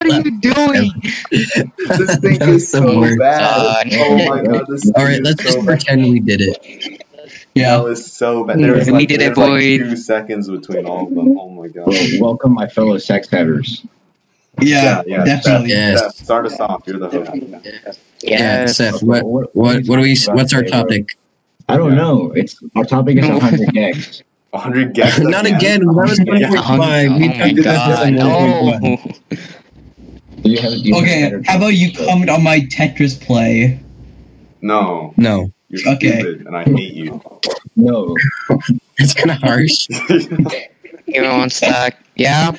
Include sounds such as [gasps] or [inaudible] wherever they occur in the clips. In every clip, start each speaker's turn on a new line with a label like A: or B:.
A: are you doing?
B: [laughs]
C: this thing
B: That was
C: is
B: so
C: so
B: weird.
C: bad.
A: Uh,
C: oh my god, this
B: All
C: thing
B: right,
C: is
B: let's
C: so
B: just
C: bad.
B: pretend we did it.
C: That
D: Yeah.
C: was so bad. There was
A: We
C: like,
A: did
C: there
A: it,
C: was like
A: boy.
C: two seconds between all of them. Oh my god.
E: Well, welcome, my fellow sex havers.
D: Yeah.
C: yeah,
D: definitely.
B: Yes.
C: Seth, start us off. You're the host.
B: Yeah,
A: Yes.
B: Seth. What what what are we? What's our topic? [laughs]
E: I don't know. It's our topic is
A: No.
E: 100 gigs.
C: 100 guests.
B: Not again. That was
C: Yeah.
A: Oh, my-
B: 1.5.
A: oh
B: We
A: my
B: talked about
A: god.
B: this on
A: No. [laughs]
E: Do you have, do you have
D: Okay,
E: better-
D: how about you comment on my Tetris play?
C: No,
B: No,
C: you're
D: Okay.
C: stupid, and I hate you. [laughs]
E: No,
B: it's kind of harsh.
A: Everyone's like, yeah.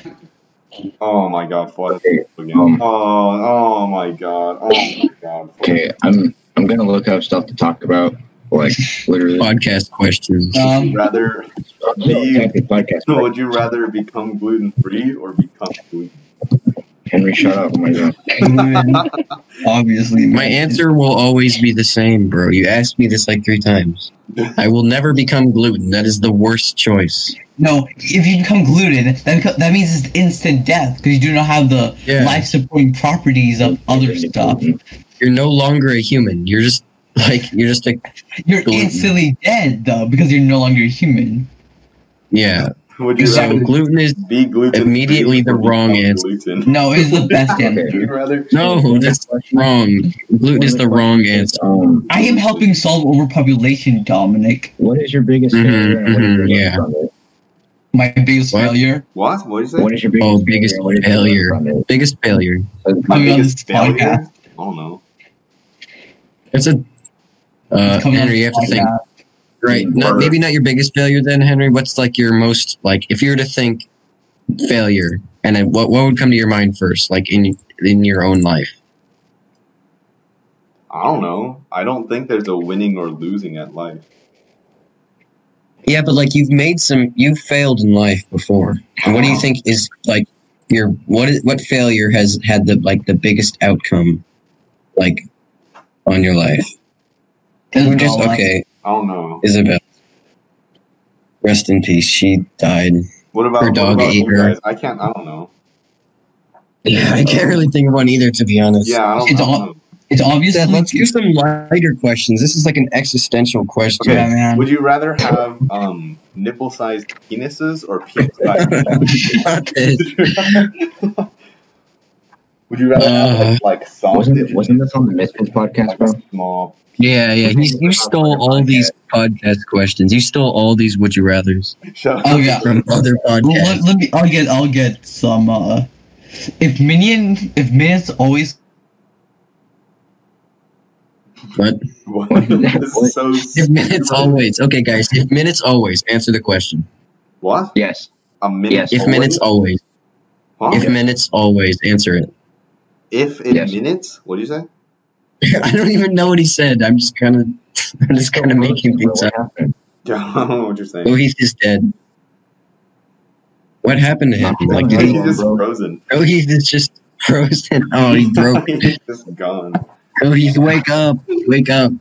C: oh my god, what
E: Okay,
C: again? Oh,
E: um,
C: oh my god. Oh my god.
E: okay. I'm I'm gonna look up stuff to talk about. Like literally,
B: Podcast questions.
C: [laughs]
D: Um,
C: Rather,
E: no, exactly, podcast.
C: No, would you rather become gluten free or become gluten?
E: Henry, shut up! Oh my god.
D: [laughs] obviously.
B: My
D: man.
B: answer will always be the same, bro. You asked me this like three times. I will never become gluten. That is the worst choice.
D: No, if you become gluten, then co- that means it's instant death because you do not have the
B: Yeah.
D: life supporting properties of other stuff.
B: You're no longer a human. You're just like you're just a
D: You're
B: Gluten.
D: instantly dead though because you're no longer human.
B: yeah.
C: Would you
B: So
C: rather
B: gluten is
C: be gluten
B: immediately the wrong answer.
C: Gluten?
D: No, it's the
B: [laughs]
D: best answer.
C: Would you rather?
B: no. That's wrong. Gluten is the wrong answer.
E: Um,
D: I am helping solve overpopulation, Dominic.
E: what is your biggest
B: Mhm,
E: failure? and what is your
B: mhm,
E: lesson
B: yeah.
E: from it?
D: My biggest
B: What?
D: failure.
C: What? What did you say?
E: What is your biggest,
B: Oh, biggest
E: failure? and what is your
B: failure.
E: lesson from it?
B: Biggest failure.
C: My
D: Coming on
C: biggest
D: this podcast.
C: failure? I don't know.
B: It's a uh,
D: Coming on
B: Henry. You have
D: this
B: to think.
D: podcast.
B: Right. Not,
C: Word.
B: maybe not your biggest failure then, Henry. What's like your most like if you were to think failure and then what what would come to your mind first, like in in your own life?
C: I don't know. I don't think there's a winning or losing at life.
B: Yeah, but like you've made some you've failed in life before. And what do you think is like your what is what failure has had the like the biggest outcome like on your life?
D: Isabella.
B: Who just okay,
C: I don't know.
B: Isabel. Rest in peace. She died.
C: What about,
B: Her
C: what
B: dog
C: about
B: ate
C: you
B: her.
C: guys? I can't. I don't know.
B: Yeah, I can't really think of one either to be honest.
C: Yeah, I don't,
D: It's
C: I don't
D: all-
C: know.
D: It's obviously. Oh,
B: Seth, let's do some lighter questions. This is like an existential question. [laughs]
D: Yeah, man.
C: Would you rather have um, nipple-sized penises or
B: [laughs]
C: penis-sized?
B: Not this.
C: Would you rather have
B: Uh,
C: like, like soft,
E: Wasn't it, wasn't this on the Misfits podcast,
C: like
E: bro?
C: small?
B: Yeah, yeah. You, you stole all these podcast questions. You stole all these would you rathers Uh,
C: Shut up.
D: Oh yeah.
B: from other
D: Well, let,
B: podcasts.
D: let me. I'll get. I'll get some. uh If minion. If minutes always.
B: But
C: [laughs]
B: [laughs]
C: What? this is so.
B: if minutes always. Okay, guys. If minutes always. Answer the question.
C: What?
E: Yes.
C: A minute.
E: Yes.
B: If minutes always.
C: Huh?
B: If minutes always. Answer it. [laughs]
C: If in
E: Yes.
C: minutes, what do you say? [laughs]
B: I don't even know what he said. I'm just kind of. [laughs] I'm just kind of making things up.
E: What happened?
C: Yeah, I don't know what you're saying.
B: Oh, he's just dead. What happened to him? Like, did
C: He's
B: he,
E: Come on,
C: just
E: bro.
C: frozen.
B: oh, he's just frozen. Oh,
C: [laughs]
B: he broke.
C: He's just gone.
B: Oh, he's wake up. Wake up.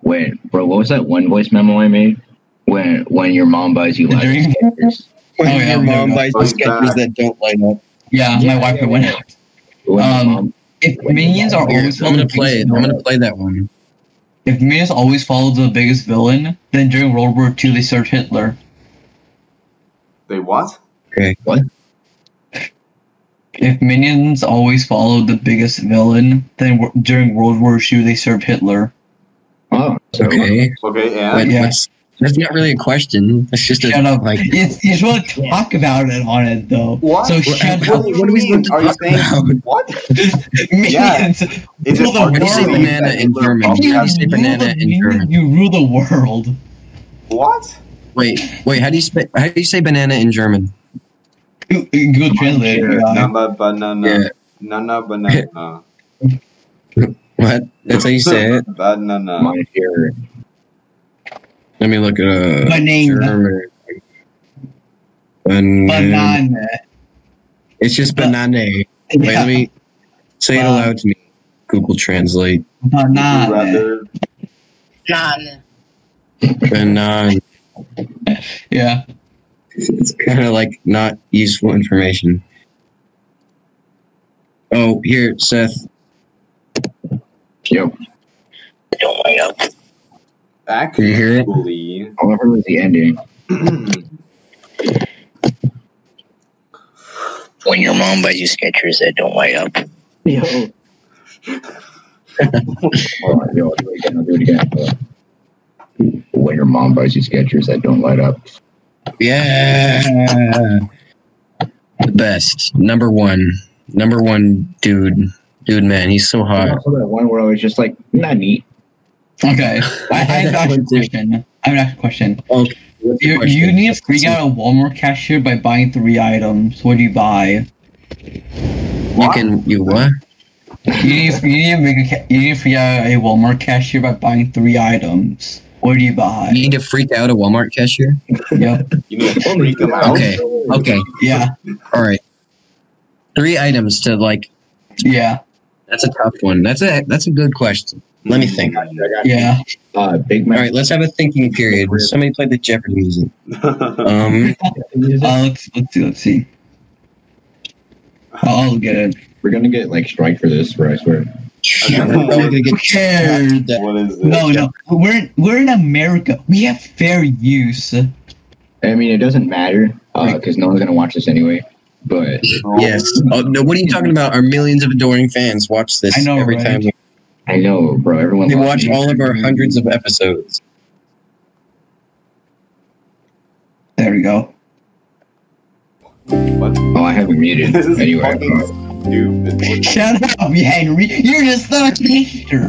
E: When, bro, what was that one voice memo I made? When when your mom buys you
D: The
E: Latin stickers.
B: When
D: Oh, yeah,
B: your
D: I'm doing
B: mom
D: that.
B: buys
C: Oh,
B: the sketches
C: God.
B: that don't line up.
D: Yeah,
E: Yeah,
D: my wife
E: yeah,
D: went
E: yeah.
D: out.
E: When your
D: Um,
E: mom-
D: If
E: Wait,
D: minions are
B: Here,
D: always.
B: I'm
D: follow
B: gonna
D: the
B: play it.
D: biggest
B: I'm gonna
D: villain-
B: play that one.
D: If minions always follow the biggest villain, then during World War II they served Hitler.
C: They what?
B: Okay.
D: If minions always followed the biggest villain, then w- during World War II they served Hitler.
E: oh, so
B: Okay.
C: Okay,
B: But
C: and
D: uh, Yeah.
B: what's, that's not really a question. That's just a
D: Shut up.
B: like.
D: It's, you just want to talk about it on it though.
C: What?
D: So
B: What-
D: shut
B: what-
D: up. [laughs]
C: What
B: what are we
C: do you
B: supposed to talk
C: mean? Are you saying
B: about?
C: what?
D: Minions.
C: Is
D: Well,
C: it
D: the
C: hard
B: What
C: to
B: do you say
D: world.
C: believe
B: banana
C: that
B: in
C: Hitler
B: German? What do
C: probably
B: you
C: had-
B: say
D: You rule
B: banana
D: the-
B: in
D: you-
B: German?
D: You rule the world.
C: What?
B: Wait, wait. How do you sp- how do you say banana in German?
D: You- you Google Translate.
E: sure.
D: yeah.
C: Nana
B: Yeah.
C: banana. Nana banana.
B: What? That's how you say it.
C: [laughs] Banana.
E: Mine here.
B: Let me look at
D: My name.
B: German. Banana.
D: Banana.
B: It's just banana. Wait, let me say it
D: Ba-
B: aloud to me. Google Translate.
C: Would you
D: Banana.
C: rather
B: Banana.
D: Yeah.
B: uh, It's kind of like not useful information. Oh, here, Seth.
E: Yep.
B: Can you hear it?
C: Actually,
E: All I heard was the ending.
F: When your mom buys you Skechers that don't light up.
E: Yo. Hold on, yo, I'll do it again. I'll do it again. Hold on. When your mom buys you Skechers that don't light up.
B: Yeah.
D: Uh,
B: The best. Number one. Number one dude. Dude, man, he's so
E: And
B: hot.
E: also that one where I was just like, not neat.
D: Okay, I,
B: [laughs]
D: I have actually a question. I have an actual question. You, you need to freak out a Walmart cashier by buying three items. What do you buy?
B: You can. You what?
D: You need, you need, to, make a, ca- you need to freak out a Walmart cashier by buying three items. What do you
B: You
D: buy?
B: need to freak out a Walmart cashier?
D: Yep.
C: [clears throat] you need to freak them out.
B: Okay. Okay.
D: Yeah.
B: All right. Three items to like.
D: Yeah.
B: That's a tough one. That's a that's a good question. Let me think.
C: [laughs]
D: Yeah.
E: Uh, Big
B: All
E: Mac.
B: right, let's have a thinking period. Somebody play the Jeopardy music. Um,
D: Uh, let's let's see. Let's see. I'll I'll get it.
E: We're gonna get like strike for this, bro. I swear.
B: I'm probably gonna get
D: Cared.
C: what is this?
D: No, no. We're in, we're in America. We have fair use.
E: I mean, it doesn't matter because no one's gonna watch this anyway. But
B: Yes. Oh, no, what are you talking about? Our millions of adoring fans watch this
D: I know,
B: every
D: right?
B: time. we-
E: I know, bro. Everyone
B: They
E: loves
B: watch
E: me.
B: all of our hundreds of episodes.
D: There we go.
C: What?
E: Oh, I have it [laughs]
C: [laughs]
E: muted.
C: This is
E: anyway,
C: fucking stupid.
D: Shut up, Henry. You're just the hater.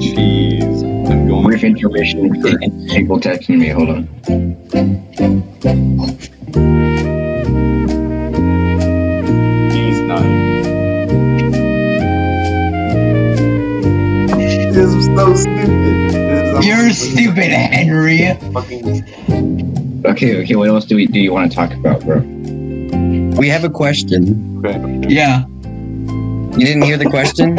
C: Jeez. I'm going.
E: brief intermission for uh, people texting me. Hold on.
C: He's not. This is so stupid. This is
D: You're stupid, Henry.
C: Fucking
E: Okay, okay. What else do we do? You want to talk about, bro?
B: We have a question.
D: Yeah.
B: You didn't hear the question?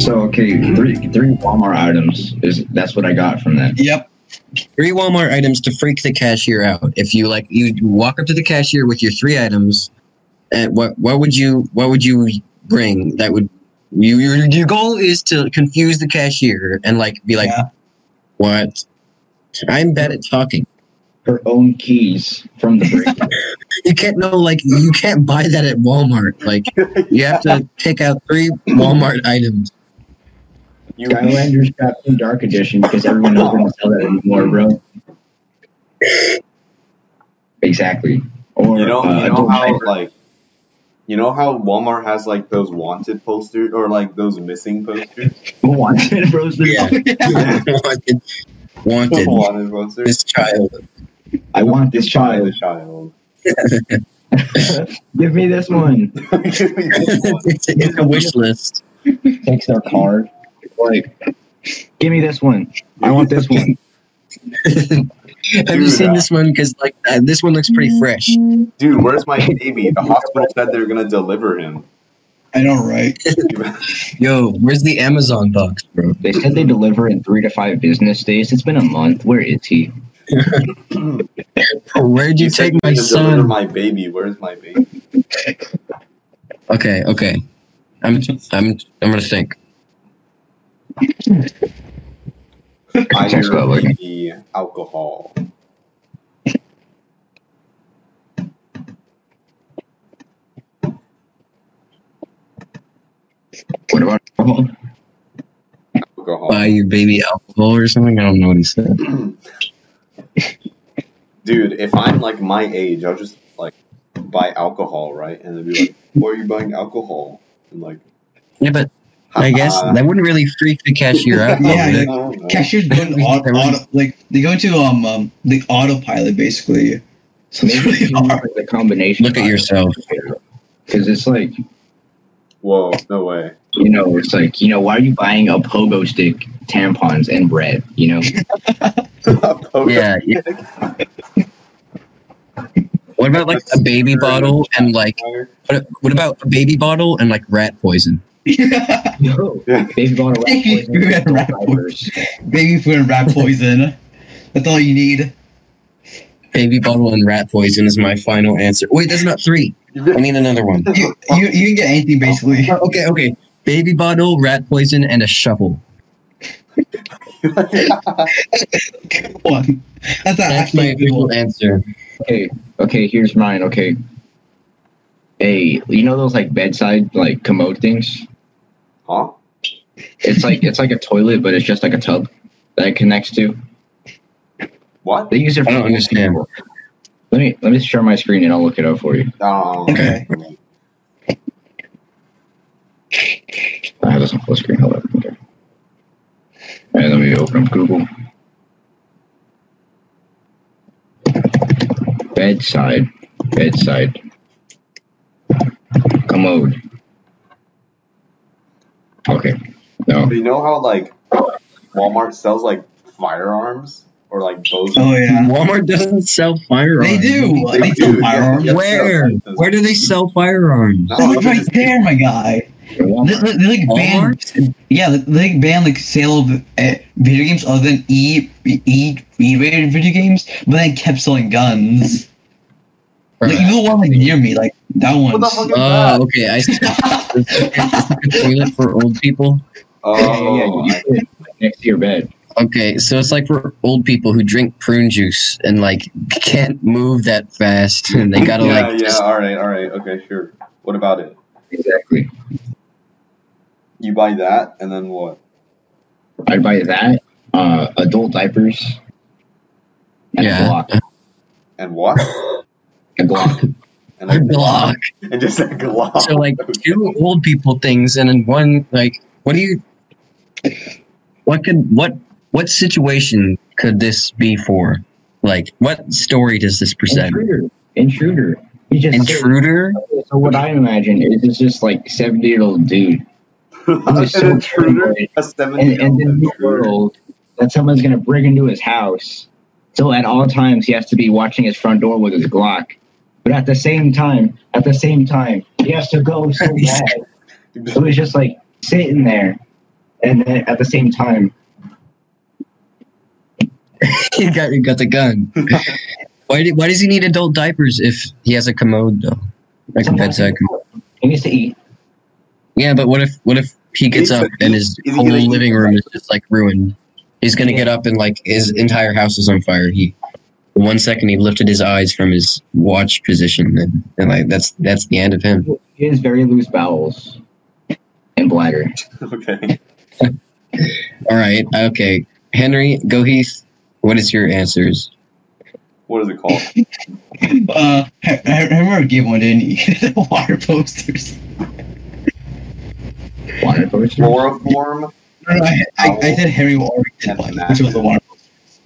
E: So okay, three three Walmart items is that's what I got from that.
D: Yep.
B: Three Walmart items to freak the cashier out. If you like, you walk up to the cashier with your three items, and what what would you what would you bring? That would you your your goal is to confuse the cashier and like be like,
D: Yeah.
B: what? I'm bad at talking.
E: Her own keys from the break. [laughs]
B: you can't know like you can't buy that at Walmart. Like you have to pick out three Walmart items.
C: You
E: Skylanders Captain Dark Edition because everyone knows we're not sell that anymore, bro. Exactly. Or
C: You know,
E: uh,
C: you know
E: Adult
C: how
E: [laughs] Diaper.
C: like, you know how Walmart has like those wanted posters or like those missing posters.
E: Who wants it, bro?
B: Yeah. [laughs] wanted, wanted
C: wanted posters.
B: this child. [laughs]
E: I want this
C: Child,
E: child.
C: child.
E: Give me this one.
C: [laughs]
B: it's, it's a wish list.
E: Takes their card. Like, give me this one. I want this one.
B: Have you seen this one? Because like uh, this one looks pretty fresh.
C: Dude, where's my baby? The hospital said they're gonna deliver him.
D: I know, right?
B: Yo, where's the Amazon box, bro?
E: [laughs] They said they deliver in three to five business days. It's been a month. Where is he?
B: Where'd you
C: said
B: take
C: you're
B: my
C: gonna Deliver
B: son?
C: my baby. Where's my baby?
B: Okay, okay. I'm I'm I'm gonna think.
C: I
E: Text
C: hear
E: about it.
C: baby alcohol.
E: What about
C: Alcohol.
B: Buy your baby alcohol or something. I don't know what he said.
C: [clears throat] Dude, if I'm like my age, I'll just like buy alcohol, right? And they'll be like, "Why are you buying alcohol?" And like,
B: Yeah, but I guess
C: "Ha-ha."
B: that wouldn't really freak the cashier out. though,
D: Yeah,
B: would it?
C: I don't know.
D: Cashiers go to [laughs] auto, auto, like they go to um, um the autopilot basically. [laughs] So they really are.
E: the combination?
B: Look at
C: [laughs]
B: yourself.
E: Because it's like,
C: Whoa, no way. [laughs]
E: you know, it's like, you know, why are you buying a pogo stick, tampons, and bread? You know,
B: Yeah. yeah. what about like a baby bottle and like what, what about a baby bottle and like rat poison?
E: [laughs] no.
C: Yeah.
E: They've gone [laughs] around
D: Baby food and rat poison. Baby food and rat poison. That's all you need.
B: Baby bottle and rat poison is my final answer. Wait, that's not three. I need another one.
D: You, you, you can get anything basically.
B: Oh, okay, okay. Baby bottle, rat poison, and a shovel.
D: One. That's not
B: That's
D: actually
B: my
D: a good
B: official
D: one.
B: answer.
E: Okay, okay, here's mine. Okay. Hey, you know those like bedside like commode things?
C: huh?
E: It's like it's like a toilet, but it's just like a tub that it connects to.
C: What?
E: They use it for
B: I don't understand.
E: Let me let me share my screen and I'll look it up for you.
C: Um,
D: Okay.
E: I have this on full screen. Hold up. Okay. All right, let me open up Google. Bedside. Bedside. Commode. Okay. No.
C: But you know how like Walmart sells like firearms or like bows?
D: Oh yeah.
B: Walmart doesn't sell firearms.
D: They do.
C: They
D: They
C: do, yeah.
D: do firearms.
C: Yeah.
B: Where? Where do they sell firearms?
C: Not
D: Oh,
C: like
D: it's right
C: just-
D: there, my guy. They, they, they, like ban, yeah, they, they like ban like sale of uh, video games other than E E E rated video games, but then kept selling guns. Like you know the one like near me, like that one.
C: What the fuck is
B: Oh,
C: that?
B: okay. I see. toilet for old people.
C: Oh,
E: yeah, yeah, you sit next to your bed.
B: Okay, so it's like for old people who drink prune juice and like can't move that fast, and they gotta
C: yeah,
B: like.
C: yeah.
B: just-
C: All right, all right. Okay, sure. What about it?
E: Exactly.
C: You buy that, and then what?
E: I'd buy that, uh, adult diapers, and
B: Yeah.
E: a Glock.
C: And what?
B: [laughs]
E: A Glock.
C: And like
B: Glock.
C: And just a Glock.
E: Oh.
B: So
C: [laughs]
B: like two old people things, and then one like, what do you? What could what what situation could this be for? Like, what story does this present?
E: Intruder. Intruder. You just
B: Intruder. [laughs]
E: So what I imagine is it's just like seventy year old dude,
C: an
E: so
C: intruder,
E: annoyed.
C: a
E: and, and in
C: seventeen-year-old
E: the
C: intruder.
E: world that someone's gonna break into his house. So at all times he has to be watching his front door with his Glock. But at the same time, at the same time, he has to go so bad. so he's just like sitting there, and then at the same time,
B: he got he got the
E: [laughs]
B: gun. why did, why does he need adult diapers if he has a commode though? Like a bedside. commode.
E: he needs to eat.
B: Yeah, but what if what if he gets up and his
C: Is he
B: whole
C: gonna eat?
B: living room is just like ruined? He's gonna get up and like his entire house is on fire. He the one second he lifted his eyes from his watch position and, and like that's that's the end of him.
E: He has very loose bowels and bladder.
C: [laughs] Okay.
B: All right, okay. Henry, go Heath. What is your answers?
C: What is it called?
D: Uh, I, I remember I gave one, didn't he? The [laughs] water posters.
E: Water poster.
C: Chloroform.
D: No, no, I, I, I said Harry already did one, which was the water posters.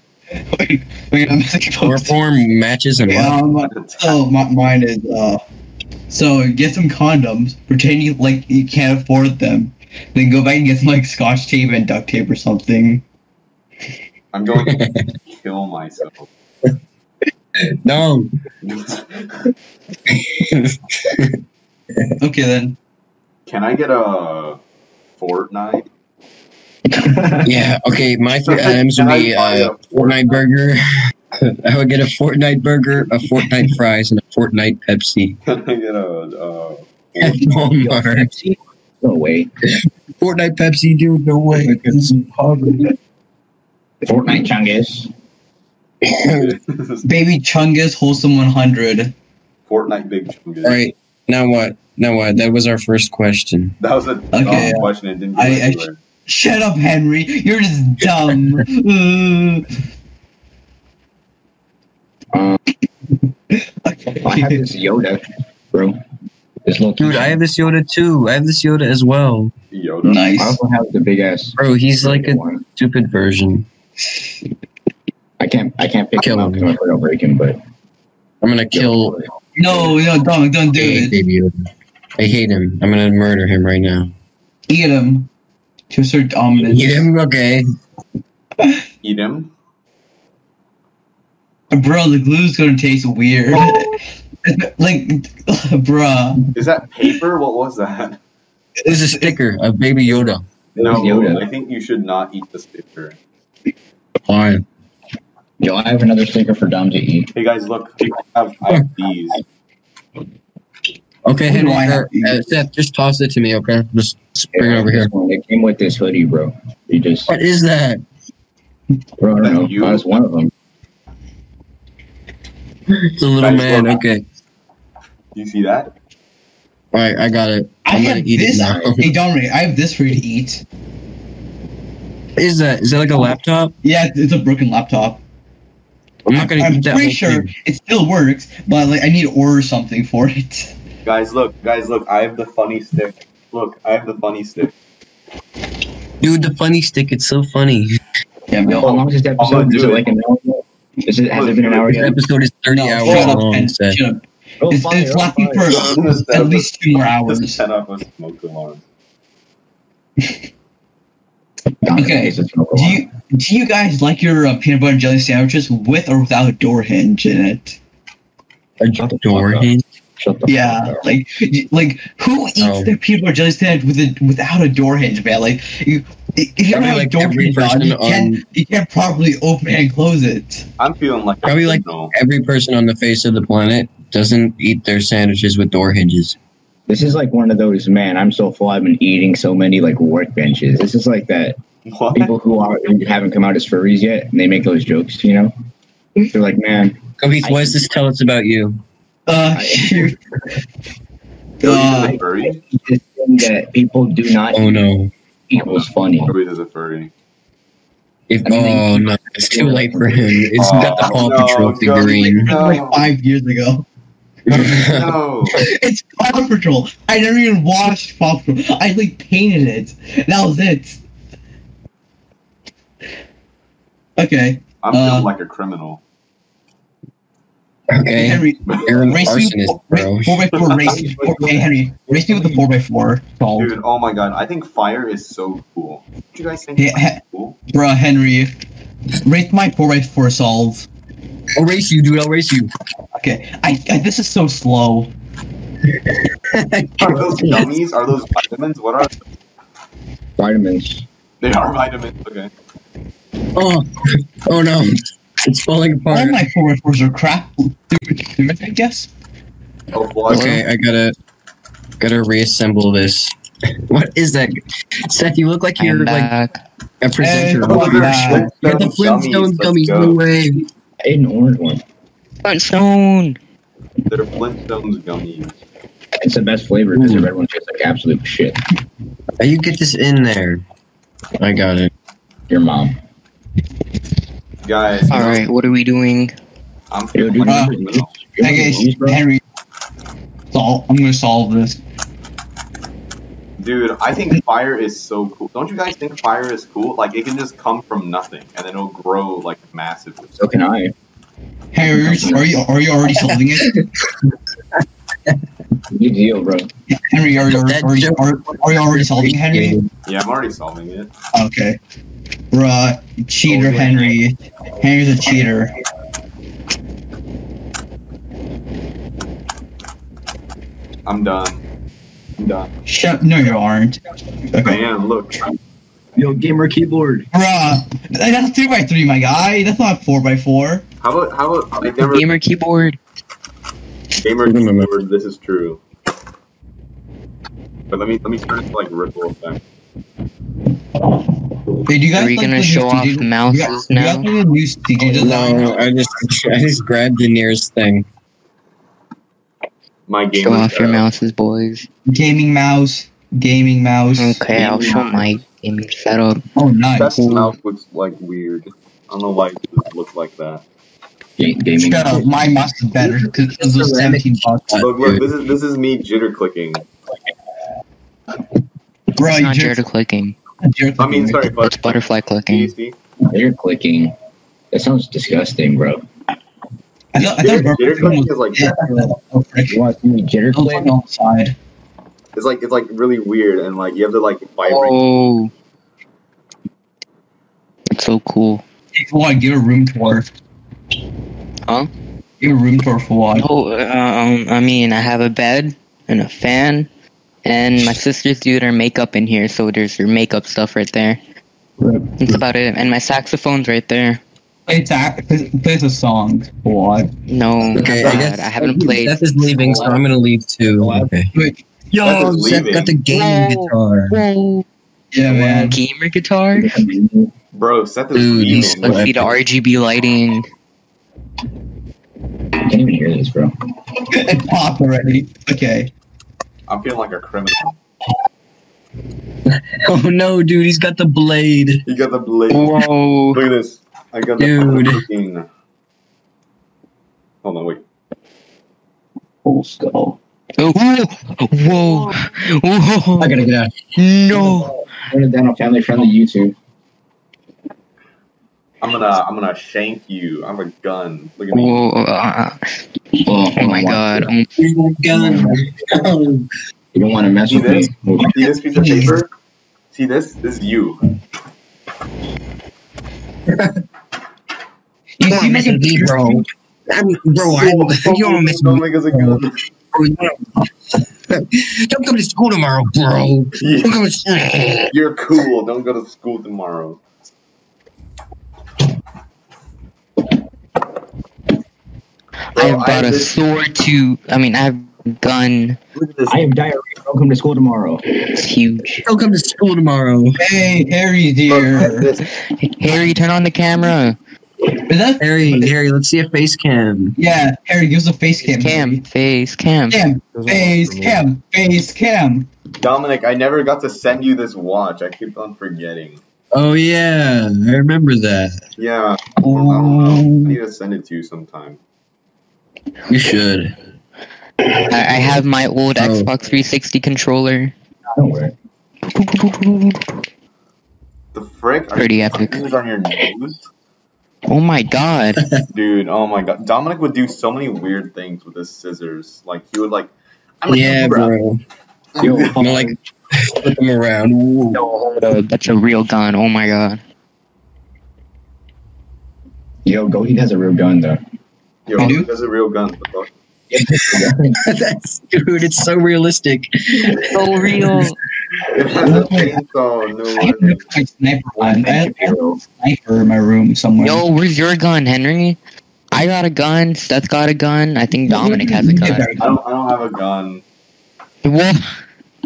D: [laughs] Wait, wait, I'm missing
B: [laughs]
D: a poster.
B: Chloroform matches and what?
D: Um, so my, mine is uh, so get some condoms, pretend you like you can't afford them, then go back and get some like scotch tape and duct tape or something.
C: I'm going to
B: [laughs]
C: kill myself. [laughs]
B: No.
D: Okay then.
C: Can I get a Fortnite?
B: [laughs]
C: [laughs]
B: yeah. Okay. My [laughs] three items would be uh, Fortnite burger. [laughs] I would get a Fortnite burger, a Fortnite fries, and a Fortnite Pepsi.
C: Can I get a uh,
B: At Walmart.
E: No way.
B: Fortnite Pepsi, dude, no way.
E: Fortnite Chungus.
B: [laughs]
D: Baby Chungus Wholesome 100.
C: Fortnite Big Chungus?
B: All right, now what? Now what? That was our first question.
C: That was a dumb
D: Okay.
C: question. It didn't.
D: I- I
C: I,
D: Shut up, Henry. You're just dumb. Ugh.
E: Um, I have
B: [laughs]
D: okay.
E: this Yoda, bro. This little
B: Dude, I have this Yoda too. I have this Yoda as well.
C: Yoda.
E: I
D: Nice.
E: also have the big ass.
B: Bro, he's like a
E: one.
B: stupid version.
E: I can't. I can't pick
B: Kill
E: him up
B: him.
E: because my foot will break him. But
B: I'm gonna kill
D: No, no, don't, don't do
B: Hey,
D: it.
B: baby Yoda. I hate him. I'm gonna murder him right now.
D: Eat him. To assert dominance.
B: Eat him? Okay.
C: Eat him.
D: Bro, the glue's gonna taste weird.
B: Oh.
D: [laughs] like, [laughs] bruh.
C: Is that paper? What was that?
B: There's a sticker of Baby Yoda.
E: It
C: No,
E: was Yoda.
C: I think you should not eat this paper.
B: Why?
E: Yo, I have another sticker for Dom to eat.
C: Hey guys, look, I have, I have these.
B: Okay, Henry,
D: Why not?
B: or, uh, Seth, just toss it to me, okay? Just bring it over
E: This
B: here.
E: one, It came with this hoodie, bro. You just,
B: What is that?
E: bro, I don't know.
C: You-
E: That was one of them.
B: It's a little
C: Guys,
B: man.
C: slow down.
B: Okay,
C: You see that?
B: all right, I got it.
D: I
B: I'm gonna
D: have
B: eat it
D: this.
B: now.
D: Hey, Dominic, I have this for you to eat.
B: What [laughs] is that? Is that like a laptop?
D: Yeah, it's a broken laptop.
B: I'm not gonna
D: I'm
B: eat that.
D: pretty
B: whole
D: sure
B: thing.
D: it still works, but like I need to order something for [laughs] it.
C: Guys, look, guys, look, I have the funny stick. Look, I have the funny stick.
B: dude. The funny stick. It's so funny.
D: Yeah,
E: Yo,
D: man.
B: Oh,
E: how long is Oh, this
C: I'm gonna
E: episode? Is
C: do
E: it
C: it.
E: like an hour? yet? Is it, has it been an hour
B: This
E: yet?
B: episode is 30
D: No,
B: hours
D: shut up,
B: long.
D: Pen.
B: Seth.
D: Shut up. It's, it's lasting for [laughs] at least two more hours.
C: Set off a smoke alarm.
E: Dom
D: Okay.
E: hates it for a
D: Do
E: while.
D: you do you guys like your uh, peanut butter and jelly sandwiches with or without a door hinge in it?
E: Shut the
B: Door
E: fuck up.
B: hinge.
E: Shut the fuck
D: Yeah,
E: up.
D: like like who eats
B: No.
D: their peanut butter and jelly sandwich with a, without a door hinge, man? Like you, if you don't
B: Probably
D: have a
B: like
D: door
B: every
D: hinge on,
B: person
D: you can't
B: on-
D: you can't properly open and close it.
C: I'm feeling like
B: Probably like-
C: no.
B: Every person on the face of the planet doesn't eat their sandwiches with door hinges.
E: This is like one of those, man, I'm so full, I've been eating so many like workbenches. This is like that
C: What?
E: people who are who haven't come out as furries yet and they make those jokes, you know?
D: Mm-hmm.
E: They're
D: [laughs]
E: like, man,
B: Kobe, why does this tell us about you?
D: Uh,
E: I-
D: [laughs] shoot.
C: Joey's
D: Uh,
C: a furry.
E: this thing that people do not
B: Oh no.
E: eat was funny.
C: Joey's is a furry.
B: If
E: I mean,
B: oh no, it's too late for him. It's got the Paw
C: Oh, no,
B: Patrol
C: Joey.
D: [laughs]
B: figurine.
D: like
C: No.
D: five years ago. [laughs]
C: No.
D: It's Paw Patrol. I never even watched Paw Patrol. I like painted it. That was it. Okay.
C: I'm
D: Uh,
C: feeling like a criminal.
B: okay,
D: Henry,
B: you're
C: [laughs]
B: an
D: race me
B: arsonist, bro.
D: four by four race. Four, hey Henry, race me with the four by four. Called.
C: Dude, oh my god, I think fire is so cool. Don't you guys think
D: Yeah,
C: fire is
D: [laughs]
C: cool?
D: Bruh, Henry. Race my four by four solve.
B: I'll race you, dude. I'll race
D: [laughs]
B: you.
D: Okay. I, I this is so slow.
C: Are those gummies? Are those vitamins? What are
E: Vitamins.
C: they? Are vitamins? Okay.
B: Oh, oh no, it's falling apart.
D: All my four by fours are crap. I [laughs] guess.
C: Oh, water.
B: okay, I gotta gotta reassemble this. [laughs] What is that, Seth? You look like
A: I'm
B: you're like
A: back.
B: a presenter.
D: Hey,
B: Look at your
D: back.
B: shirt. You got the Flintstones
C: Flintstones
B: gummies.
C: gummies, let's
B: No
C: go.
B: way.
E: I ate an orange one.
A: Not soon.
C: They're Flintstones gummies.
E: It's the best flavor because the
B: Ooh.
E: red one tastes like absolute shit.
B: Oh, you get this in there. I got it.
E: Your mom.
C: Guys,
A: All right, what are we doing?
C: I'm
E: Yo,
C: feeling
E: dude,
C: like
D: Uh,
C: a criminal.
E: You
D: I
E: remember
D: guess
E: these, bro?
D: Henry. Sol I'm gonna solve this.
C: Dude, I think fire is so cool. Don't you guys think fire is cool? Like, it can just come from nothing, and then it'll grow, like, massively.
E: So can I.
D: Henry, are you are you, are you already solving it?
E: Good deal, bro.
D: Henry, are you, are,
B: That
D: you- are, you,
B: joke-
D: are, are you already solving it, Henry?
C: Yeah, I'm already solving it.
D: Okay. Bruh, cheater
C: Oh, yeah.
D: Henry. Henry's a cheater.
C: I'm done. I'm done.
D: Shut no you aren't.
C: I
D: Okay.
C: am. Look,
G: Yo, gamer keyboard.
D: Bruh, that's three by three, my guy. That's not four by four.
C: how about how about I never
A: Gamer keyboard.
C: gamer remembered this is true. But let me let me turn it to like ripple effect.
D: Dude, you guys
A: Are we gonna
D: like the new
A: show off
D: CG
A: mouses
D: you guys,
A: now?
D: you guys like the new CG design?
B: No, I just [laughs] I just grabbed the nearest thing.
C: My game.
A: Show off your mouses, boys.
D: Gaming mouse. Gaming mouse.
A: Okay, I'll show my gaming setup.
D: Oh nice.
C: That's mouth looks like weird. I don't know why it just looks like that.
E: Ga- gaming.
D: Shut up, my mouse is better because it was seventeen bucks.
B: Uh,
C: Look, look,
B: dude,
C: this is this is me jitter clicking.
D: Bruh,
B: Oh,
A: It's
D: you
A: not
D: jerk,
A: Jared clicking.
D: jerk
C: I mean, sorry, but
A: It's butterfly clicking.
C: JC,
E: They're clicking. That sounds disgusting, bro.
D: I thought, I
C: jitter,
D: thought
C: jitter clicking is like
D: Yeah, bro. Oh, frick.
E: You want to see me jitter
D: Don't
E: click?
D: fucking outside.
C: it's like it's like really weird and like you have to like vibrate.
A: Oh, that's so cool.
D: Hey, Fawad, give a room tour.
A: Huh?
D: Give a room tour for what?
A: Oh, uh, um, I mean, I have a bed and a fan, and my sisters do their makeup in here, so there's their makeup stuff right there. That's about it. And my saxophone's right there.
D: Play that. play- Play the song. What?
A: No,
B: Okay, I
A: God,
B: guess
A: I haven't played.
B: Seth is leaving, so I'm gonna leave too.
C: Hello?
B: Okay.
C: Seth is
B: Seth got the
C: leaving.
B: game guitar.
D: Yeah, man. [laughs]
A: Gamer guitar.
C: Bro, Seth is
B: Dude,
C: leaving.
B: he's-
A: Let's see the RGB lighting.
E: can't even hear this, bro.
D: It popped already. Okay.
C: I'm feeling like a criminal.
B: Oh no, dude, he's got the blade.
C: You got the blade.
A: Whoa.
C: Look at this. I got
B: Dude.
C: the freaking. Hold on, wait.
D: Full skull.
A: Ooh. Oh, Whoa. Whoa.
B: I gotta get out.
A: No.
D: Oh.
E: Turn it down on family friendly YouTube.
C: I'm gonna, I'm gonna shank you. I'm a gun. Look at me.
A: Whoa. uh,
E: Oh,
A: oh my god. Oh,
B: Oh, God. No.
E: You don't want to mess
C: See
E: with
C: this?
E: this.
B: Oh.
C: See this piece of paper? See this? This is you.
D: You
B: Come
D: see,
B: on,
D: like,
B: man,
D: a-
B: bro. I'm, bro, I, [laughs] you don't mess
C: Oh,
B: with me.
C: Don't make us
B: [laughs]
C: a gun.
B: Bro, you don't- Don't come to school tomorrow, bro.
C: Yeah.
B: Don't come to school.
C: You're cool. Don't go to school tomorrow. Bro,
A: I've
C: I
A: got
C: have
A: a
C: this-
A: sword to. I mean, I've gun.
C: Look at this.
E: I have diarrhea. I'll come to school tomorrow.
A: It's huge.
B: Don't come to school tomorrow.
D: Hey, Harry
C: Look at
D: dear.
C: this.
A: Harry, turn on the camera.
D: Is that?
B: Harry, Harry, let's see a face cam.
D: Yeah, Harry, give us a face cam.
A: Cam, face, cam.
D: Cam. Face cam. Face cam.
C: Dominic, I never got to send you this watch. I keep on forgetting.
B: Oh yeah, I remember that.
C: Yeah, I don't know. I
D: Oh.
C: need to send it to you sometime.
B: You should.
A: I, I have my old
B: Oh.
A: Xbox 360 controller.
E: Don't worry.
C: The frick? Are
A: Pretty
C: you
A: epic.
C: fingers on your nose?
A: Oh my
B: [laughs]
A: god.
C: Dude, oh my god. Dominic would do so many weird things with his scissors. Like, he would, like, I'm a
B: Yeah,
C: cobra.
B: bro.
E: Yo,
B: I'm gonna, like flip him around. Ooh.
A: That's a real gun. Oh my god.
E: yo, go. He has a real gun though.
C: Yo,
D: I do?
C: [laughs] he has a real gun. What the fuck?
B: [laughs] That's dude. It's so realistic.
A: So real.
C: It has a chainsaw, no
D: I have
C: wonder.
D: my sniper one.
E: I'm
D: I have
E: a hero.
D: a sniper in my room somewhere.
A: Yo, where's your gun, Henry? I got a gun. Seth got a gun. I think Dominic has a gun.
C: I don't, I don't have a gun.
A: Whoa.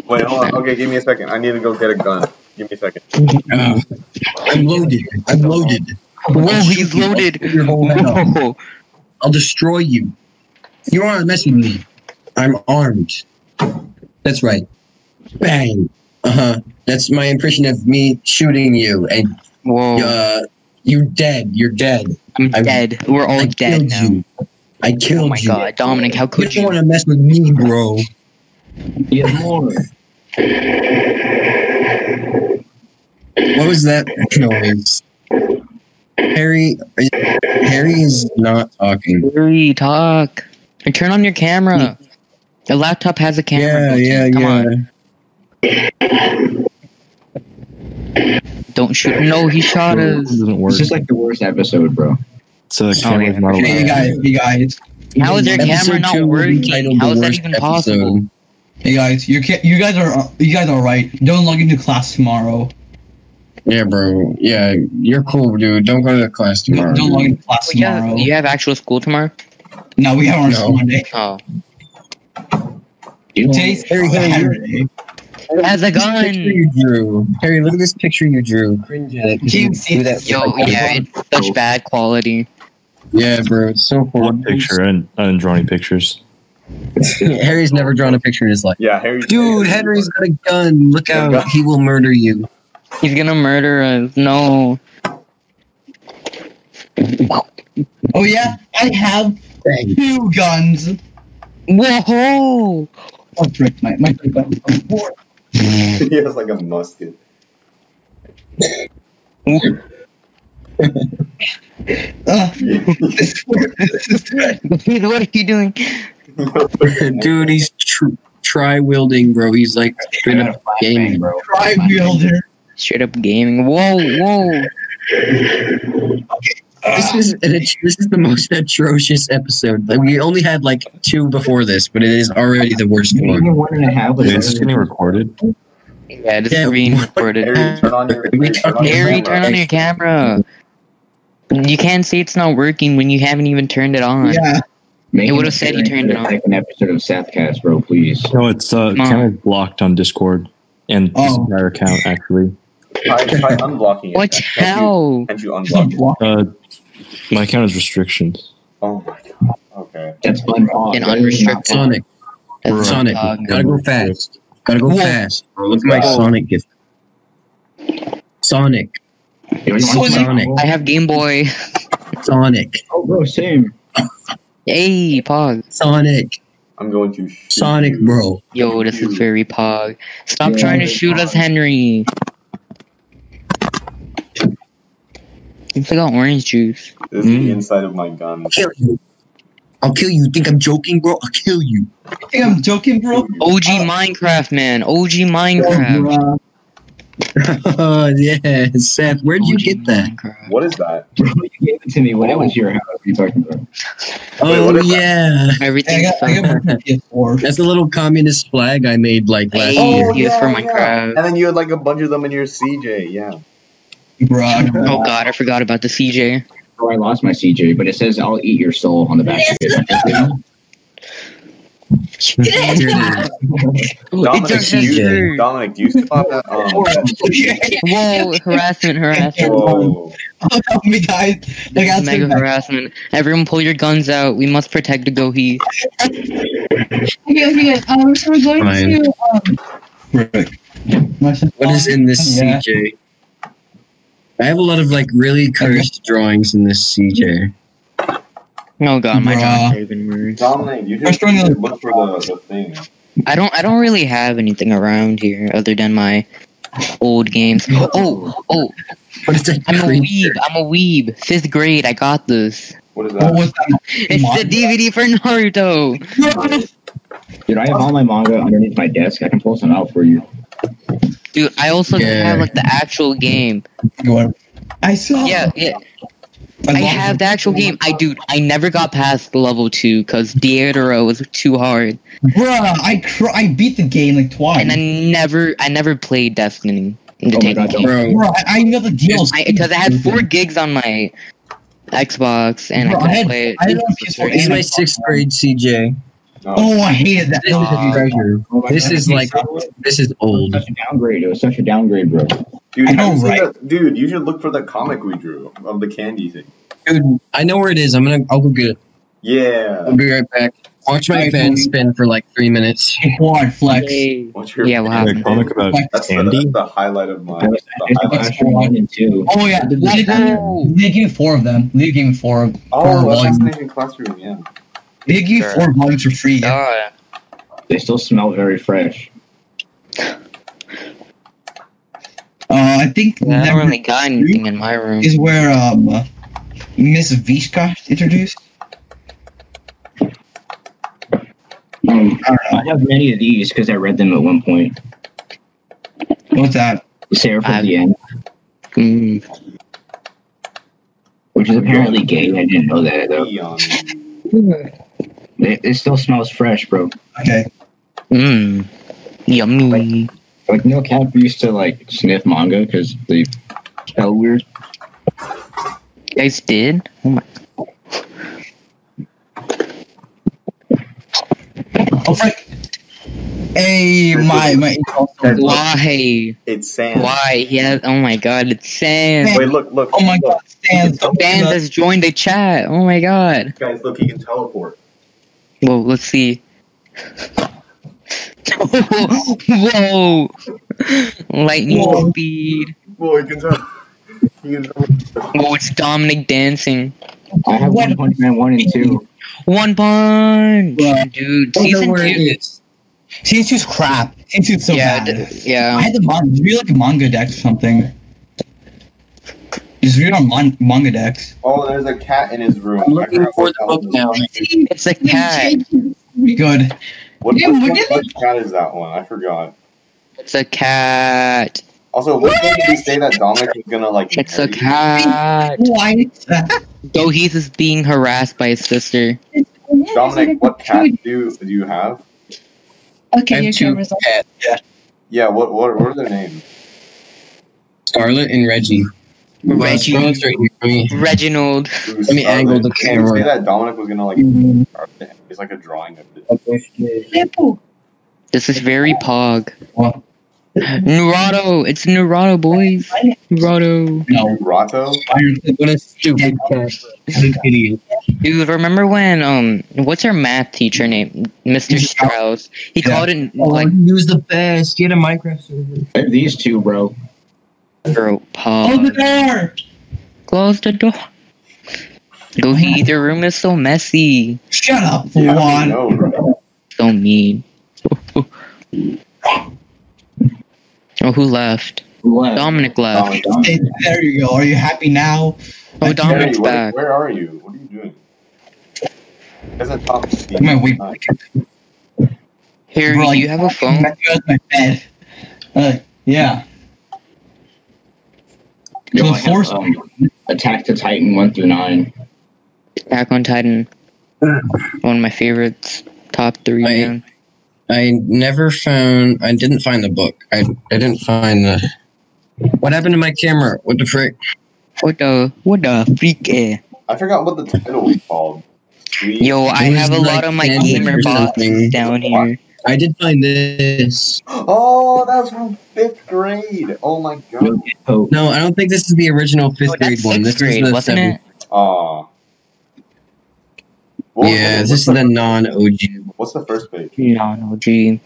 C: Wait, hold on. Okay, give me a second. I need to go get a gun. Give me a second.
B: Uh, I'm loaded. I'm loaded.
A: Whoa, he's loaded.
B: Your whole head off.
A: Whoa.
B: I'll destroy you. You aren't messing with me. I'm armed. That's right. Bang. Uh huh. That's my impression of me shooting you, and
A: Whoa.
B: uh, you're dead. You're dead.
A: Oh, I'm
B: I-
A: dead. We're all
B: I
A: dead
B: killed
A: now.
B: you. I killed
A: Oh my
B: you.
A: god, Dominic, how
B: You
A: could
B: don't
A: you?
B: want to mess with me, bro.
E: He has more.
B: What was that noise? Harry, is- Harry is not talking.
A: Hurry, talk. And turn on your camera. The laptop has a camera.
B: Yeah,
A: built in.
B: yeah,
A: Come
B: yeah.
A: on. Don't shoot. No, he shot
F: This
A: us.
F: doesn't work.
E: It's just like the worst episode, bro.
F: so the
A: Oh,
F: camera's
A: yeah.
F: not
D: Hey, you
F: allowed.
D: guys, you guys,
A: How is your camera
B: Episode
A: not
B: two will be
A: working?
B: titled
A: How
B: The
A: is that
B: Worst
A: even
B: Episode.
A: possible?
D: hey guys, you can you guys are you guys are right. Don't log into class tomorrow.
B: Yeah, bro. Yeah, you're cool, dude. Don't go to the class tomorrow.
D: Don't log into class
A: Oh, yeah,
D: tomorrow.
A: you have actual school tomorrow.
D: No, we have our
B: No.
D: Monday.
A: Oh,
E: You
D: Today's
B: Harry, Harry, you're-
D: Saturday.
A: has a gun.
B: you drew. Harry, look at this picture you drew. Cringe at it.
D: Dude, see-
B: Do that-
A: Yo,
B: oh,
A: yeah, it's such bad quality.
B: Yeah, bro. It's so horrible.
H: One picture. I didn't, I didn't draw any pictures.
B: [laughs] Harry's never drawn a picture in his life.
C: Yeah, Harry.
B: Dude, Henry's got a gun. Look out. He will murder you.
A: He's gonna murder us. No.
D: Oh yeah, I have
B: Bang.
D: two guns.
A: Whoa! [laughs]
D: Oh, frick, my my frick, my-
C: [laughs] He has, like, a musket.
D: Ugh, this, this is
A: Dude, what are you doing?
B: Dude, he's tr- try wielding, bro. He's like straight up gaming.
E: bro.
D: cry wielder.
A: Straight up gaming. Whoa, whoa.
B: This is
C: [laughs]
B: an, this is the most atrocious episode. Like, we only had like two before this, but it is already the worst one.
E: Even one and a half was
H: Dude, is this getting recorded?
A: Yeah, this
B: Yeah,
A: is being
B: what-
A: recorded.
C: Harry, turn on your.
B: We
C: turn on
B: talked-
C: your
A: Harry,
C: camera.
A: turn on your camera. You can't say it's not working when you haven't even turned it on.
D: Yeah.
E: Make
A: It
E: an
A: would've said you turned
E: appearance
A: it
E: for the
A: on.
E: Second episode of Southcast, bro, please.
H: No, it's uh,
A: No.
H: kind of blocked on Discord and this
D: Oh.
H: entire account actually.
C: Try, try unblocking it.
A: What?
C: Can't you-
A: How?
C: Can't you unblock it?
H: Uh, my account is restrictions.
C: Oh my god. Okay.
E: That's fun. talk.
A: An
E: That is not
A: unrestricted-
E: fun.
B: Sonic, Sonic, gotta go fast. Gotta go
A: Whoa.
B: fast. Bro, look at my
C: Whoa.
B: Sonic gift. Sonic,
E: You know, you want
B: Sonic.
E: to-
A: I have Game Boy.
B: Sonic,
E: Oh, bro, same.
A: Hey, Pog.
B: Sonic,
C: I'm going to shoot
B: Sonic,
C: you.
B: bro.
A: Yo, this is very Pog. Stop
E: Yeah,
A: trying to
E: very
A: shoot us,
E: Pog.
A: Henry. You forgot orange juice.
C: This is the inside of my gun.
B: I'll kill you. I'll kill you. Think I'm joking, bro? I'll kill you.
D: You think I'm joking, bro?
A: OG Minecraft, man. OG Minecraft.
D: Minecraft.
B: oh, [laughs] yeah, Seth, where'd you
A: OG
B: get that?
A: Minecraft.
C: What is that?
E: Bro, you gave it to me when it was your house. What are you talking about?
B: Oh,
C: what is
B: yeah.
D: I
A: Everything's
D: got, I
A: fun.
D: got my PS4.
B: That's the little communist flag I made like last
A: Hey.
B: year.
A: Oh, He was yeah, from yeah. Minecraft.
C: And then you had like a bunch of them in your CJ, yeah.
D: [laughs] Bro.
A: Oh god, I forgot about the CJ.
E: Oh, I lost my CJ, but it says I'll eat your soul on the back of [laughs] it.
B: Here it is.
A: It's
C: Dominic,
A: your
B: CJ.
A: sister.
C: Dominic, do you still have that? Um,
A: Whoa, harassment,
C: [laughs]
A: harassment.
C: whoa.
D: Help me, guys. Like,
A: This
D: I
A: is mega
D: said,
A: harassment. Everyone pull your guns out. We must protect the Gohi.
I: Okay, okay, good. Um, so we're going
B: Fine.
I: to. Um,
B: What is in this
D: Yeah.
B: CJ? I have a lot of like really cursed drawings in this CJ.
A: Oh god, my
B: Uh,
D: Bruh.
A: job's even worse.
C: Dominic, you
D: I'm
C: just
D: strong
C: need to
D: enough.
C: look for the, the thing.
A: I don't I don't really have anything around here other than my old games. Oh, oh,
B: What is that
A: I'm a weeb.
B: creature?
A: I'm a weeb. Fifth grade, I got this. [laughs]
C: What is
D: What
C: that?
D: was Oh, that?
A: It's the DVD for Naruto.
E: Dude, I have all my manga underneath my desk. I can pull some out for you.
A: Dude, I also
B: Yeah.
A: have like the actual game.
D: Go I saw. [gasps]
A: Yeah, yeah. I
D: lost
A: have
D: it.
A: the actual game. I dude, I never got past level two because Deodoro was too hard,
D: Bruh, I cr- I beat the game like twice.
A: and I never, I never played Destiny. The
E: Oh my
A: tank
E: God,
A: game.
B: Bro,
D: Bruh, I, I know the deals.
A: because I, had four gigs on my Xbox, and
D: Bro,
A: I
D: I
A: couldn't
D: had-
A: play it.
D: I had it on PS4.
B: this is my sixth grade CJ.
C: No.
D: Oh, I hated that.
A: Uh,
B: Treasure. This is like this is old.
E: Such a downgrade. It was such a downgrade, bro.
C: Dude,
D: I know,
C: have you seen
D: right?
C: the- dude, you should look for the comic we drew of the candy thing.
B: Dude, I know where it is. I'm gonna. I'll go get it.
C: Yeah.
B: I'll be right back. Watch my fan spin for like three minutes.
D: Quad flex.
A: Yay.
C: What's your
A: Yeah, what
H: A
A: happened?
H: comic about
C: That's the,
H: candy.
C: that's the highlight of my.
E: I was
C: the
E: I
C: highlight.
E: was Clash one and two.
D: Oh yeah, they
A: Let's
D: gave
A: go.
D: they gave me four of them. They gave me four. Of,
C: Oh,
D: four
C: that's
D: volumes.
C: Destination Classroom, yeah.
D: They gave me four volumes for free. Yeah.
A: God.
E: They still smell very fresh.
D: Uh, I think
A: I
D: never
A: don't really got anything in my room.
D: is where um uh, Miss Vishka introduced.
E: Um,
D: I
E: I have many of these because I read them at one point.
D: don't know. What's that?
E: The Sarah from
A: I-
E: the End,
A: Mm.
E: which is apparently gay. I didn't know that though.
C: Neon.
E: It, it still smells fresh, bro.
D: Okay.
A: Mm. Yummy.
E: Like Neil Cap used to like sniff manga because they smell weird.
A: You guys did? Oh my.
D: Oh, Frank. Hey, my [laughs] my. Oh
A: Why?
C: It's sand.
A: Why? He has. Oh my God! It's Sans.
C: Wait, look, look.
D: Oh my
C: look.
D: God, Stan.
A: Sans has joined the chat. Oh my God.
C: Guys, look, he can teleport.
A: Well, let's see. [laughs] Whoa! Lightning
D: Whoa.
A: speed.
C: Boy, he can teleport. He can teleport.
A: Oh, it's Dominic dancing.
E: I have
D: What?
E: One Punch Man one and two.
A: One punch,
D: Bro.
A: dude.
D: Oh,
B: I don't know
A: Season
B: where
A: two.
B: it is.
D: Season two's crap. Season two's so
A: yeah,
D: bad.
A: d- yeah.
D: I had the manga. Did you like manga decks or something? Just read on mon- manga decks.
C: Oh, there's a cat in his room.
B: I'm looking for the book now.
A: It's a cat.
D: Be good.
C: What,
I: Yeah,
C: what,
I: what
C: what,
I: did
C: what cat is that one? I forgot.
A: It's a cat.
C: Also, what day did he say that Dominic was gonna like?
A: It's a
C: marry?
A: cat.
D: Why?
A: Goheath is being harassed by his sister.
C: Dominic, what cat do do you have?
B: I
I: Okay,
B: have
I: your
B: two
I: camera's on.
B: cats,
C: Yeah, what what what are their names?
B: Scarlet and Reggie. Well,
A: Reggie.
B: Scarlet's right here. I mean,
A: Reginald.
B: Let me angle the camera.
C: See that Dominic was gonna like. It's like a drawing of it.
I: Apple.
A: This is very pog.
D: What?
A: Nerado. It's Nerado, boys. Nerado.
D: No.
C: Rato.
B: what a stupid cat. What an idiot.
A: Dude, remember when, um, what's our math teacher name? Mr. Strauss. He
D: Yeah.
A: called it,
B: Oh,
A: like,
B: he was the best. He had a Minecraft server.
E: They're these two, bro.
A: bro,
D: Open
A: pog.
D: the door!
A: Close the door. Go eat. Their room is so messy.
D: Shut up,
C: Yeah, I
D: Juan.
C: know, bro.
A: So mean. oh, who left?
E: Left.
A: Dominic
B: Uh,
A: left.
C: Dominic, Dominic.
D: Hey, there you go. Are you happy now?
A: Oh,
C: Jerry,
A: Dominic's
C: where,
A: back.
C: where are you? What are you doing? Doesn't pop.
D: I'm gonna wait.
C: Hi.
A: Harry,
D: Bro,
A: do you have a phone?
D: Back to my bed. Uh, yeah.
E: Yo,
D: Well,
E: I have,
D: force-
E: um, Attack the Titan one through nine.
A: Attack on Titan.
B: Mm.
A: One of my favorites. Top three,
B: I-
A: man.
B: I never found. I didn't find the book. I, I didn't find the. What happened to my camera? What the frick?
A: What the what the freak eh?
C: I forgot what the title was called. Sweet.
A: Yo, I
B: It was
A: have a
B: like
A: lot of my
B: damaged
A: gamer
B: or
A: bots
B: something.
A: down here.
B: I did find this.
C: Oh, that was from fifth grade. Oh my god.
E: Oh,
B: No, I don't think this is the original fifth
A: Oh,
B: grade
A: that's
B: one. This
A: sixth grade,
B: is the
A: wasn't
B: seventh.
A: it?
C: Ah. What was
B: Yeah,
C: the-
B: this is the non OG.
C: What's the first page?
A: No, no, gee.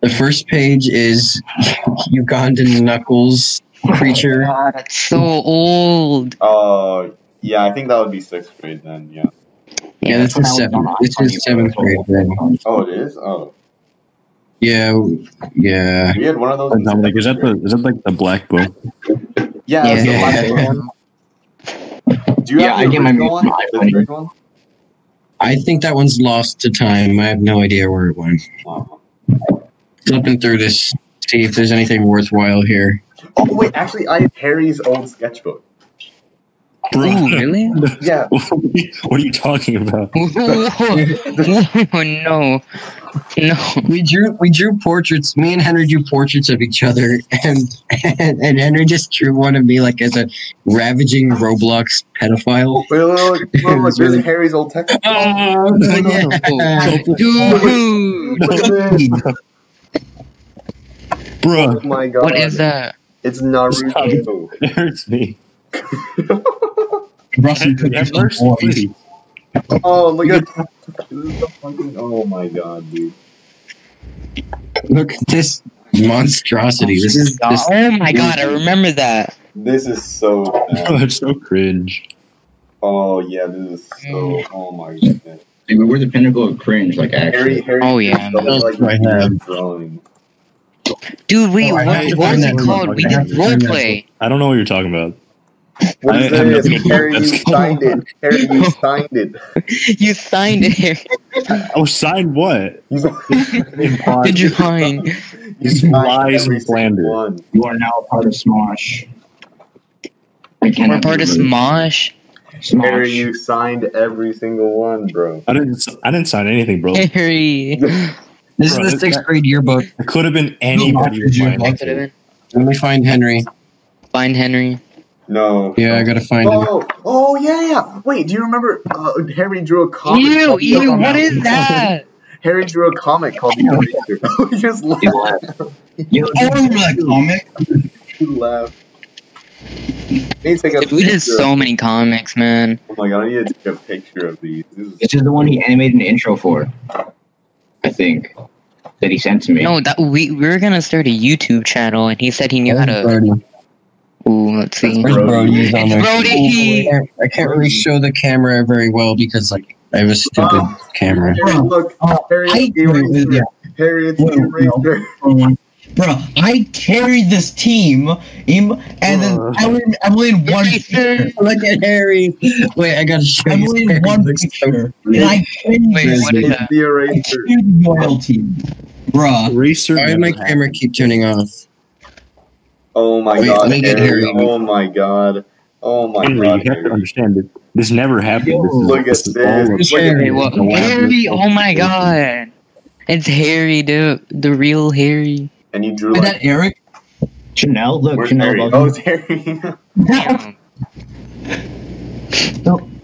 B: The first page is [laughs] Ugandan Knuckles creature.
A: God, that's so old.
C: Uh, yeah, I think that would be sixth grade then. Yeah.
B: Yeah, this is seventh. This is seventh grade then.
C: Oh, it is. Oh,
B: Yeah, w- yeah.
C: we had one of those. in
H: Dominic, is that
C: sixth
H: the
C: grade.
H: is that like the black book?
C: Yeah. that's
A: Yeah.
C: the last one. Do you
E: Yeah,
C: have
E: I
C: the
E: get my
C: original one?
E: music from
C: The
E: iPhone.
C: third one?
B: I think that one's lost to time. I have no idea where it went.
C: Oh.
B: Flipping through this, see if there's anything worthwhile here.
C: Oh wait, actually, I have Harry's old sketchbook.
A: Ooh,
B: [laughs]
A: really? [laughs]
C: Yeah.
H: [laughs]
C: [laughs]
H: what are you talking about?
A: oh no. No.
B: We drew we drew portraits. Me and Henry drew portraits of each other, and and, and Henry just drew one of me like as a ravaging Roblox pedophile.
C: Wait, wait, wait, wait, wait, wait, there's Harry's old textbook.
B: Oh, [laughs] yeah.
A: Dude,
C: Look at
H: [laughs]
C: this.
H: Bruh,
C: Oh my god.
A: what is that?
C: It's Naruto.
H: it hurts me.
D: Russell took
H: That
D: his
H: hurts
D: boys.
H: me.
C: Oh, look at this is the fucking. Oh my god, dude.
B: Look at this monstrosity. This is this.
A: oh my god, I remember that.
C: This is so
H: Oh, [laughs]
C: bad.
H: it's so cringe.
C: Oh yeah, this is so. Oh my god.
E: Dude, we're the pinnacle of cringe, like
C: Harry,
E: actually.
C: Harry.
A: Oh, yeah,
C: Like,
B: that's what I have.
C: drawing.
A: Dude, wait,
B: Oh, I
A: what,
B: have to
A: what
B: find
A: was
B: that
A: it
B: room.
A: called? We
B: I have
A: did
B: to find that
A: roleplay.
H: I don't know what you're talking about.
C: What
H: I
C: is
H: have nothing
C: this?
H: to do with
C: Harry, you
H: this.
C: signed it. Harry,
H: [laughs]
C: you signed
A: [laughs]
C: it.
A: You signed it here.
H: Oh, sign what?
A: The
H: Implied.
A: drawing. [laughs]
C: [laughs] You
H: It's
C: signed
H: lies
C: every
H: and slander.
C: single one.
E: You are now a part of Smosh. I cannot
A: We're part of
E: be rude.
A: Smosh.
C: Harry,
E: Smosh.
C: you signed every single one, bro.
H: I didn't. I didn't sign anything, bro.
A: Oh.
C: Eh.
H: It
A: Harry.
B: This is the
H: Bro,
B: sixth grade yearbook.
H: could have been anybody.
D: Did you
H: applying
D: like
H: to.
B: Let me find Henry.
A: Find Henry.
C: No.
B: Yeah, I gotta find him.
C: Oh, oh yeah. Wait, do you remember uh, Harry drew a comic?
A: Ew,
C: called-
A: ew, what is that?
C: Harry drew a comic
H: [laughs]
C: called The Eraser. [laughs] we just laughed.
E: [laughs]
A: Oh,
D: I remember that comic.
C: We laughed. I need to take a
A: Dude, we did
C: picture of-
A: so many comics, man.
C: Oh my god, I need to take a picture of these. This is
E: This is the one he animated an intro for. I think. That he sent to me.
A: No, that we, we were gonna start a YouTube channel, and he said he knew how to.
B: Brody.
A: Ooh, let's see.
B: Where's Brody? He's on there.
A: Brody!
B: I can't- I can't really show the camera very well because like I have a stupid camera.
C: Harry, look,
D: Oh,
C: Harry,
D: I-
C: it's the eraser.
D: yeah.
C: Harry, it's the
D: Wait, no.
C: eraser.
D: Bro, I carried this team, im- and then I win, I win one picture.
B: Look at Harry. Wait, I gotta show
D: I
B: you.
D: win
B: Harry
D: one
B: looks so
D: picture,
B: weird.
D: and I carried
A: Wait,
D: this
A: what is
C: It's
A: that?
C: the
D: I
C: eraser.
D: carried the royal team. Bruh.
H: Racer.
B: Why did
H: never
B: my
H: happened.
B: camera keep turning off? [laughs]
C: Oh my
B: Wait,
C: god,
B: let me get
C: Harry.
B: Harry.
C: Oh my god. Oh my
H: Henry,
C: god.
H: you have to
C: Harry.
H: understand it. This never happened.
E: Yo,
H: this is,
C: look at
H: this is
C: this.
H: all
C: Look at
H: of-
A: Wait, what?
H: Elaborate.
A: Harry, oh my god. It's Harry, dude. The real Harry.
C: And you drew
D: Is
C: like.
D: that Eric?
E: Chanel, look,
C: Where's Oh,
E: Chanel
C: Harry?
E: loves
C: Oh, it's Harry.
A: Damn.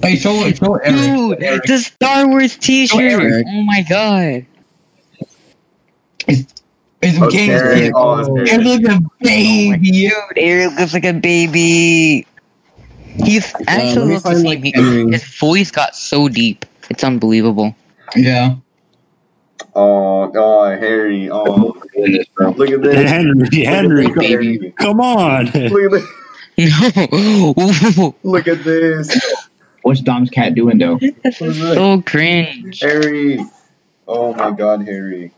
D: Hey, show, show Eric.
A: Dude, the Star Wars T-shirt.
B: Eric.
A: Oh my god.
D: It's
C: Oh,
D: games.
C: Terry. Oh, it's Terry.
D: Eric looks a
A: Oh
D: baby.
A: Dude, Eric looks like a baby. He's
B: let me
A: actually looks
B: find,
A: like
B: like,
A: me.
B: Henry.
A: His voice got so deep. It's unbelievable. [laughs]
D: Yeah.
C: [laughs] Oh, oh, Harry. Oh, look at
H: Hey,
C: this.
H: Henry, Henry,
A: Look at this.
H: come- come on.
C: Look at this.
A: No.
C: Look at this.
E: What's Dom's cat doing though?
A: this is
D: [laughs]
A: so cringe.
C: Harry. Oh my God, Harry.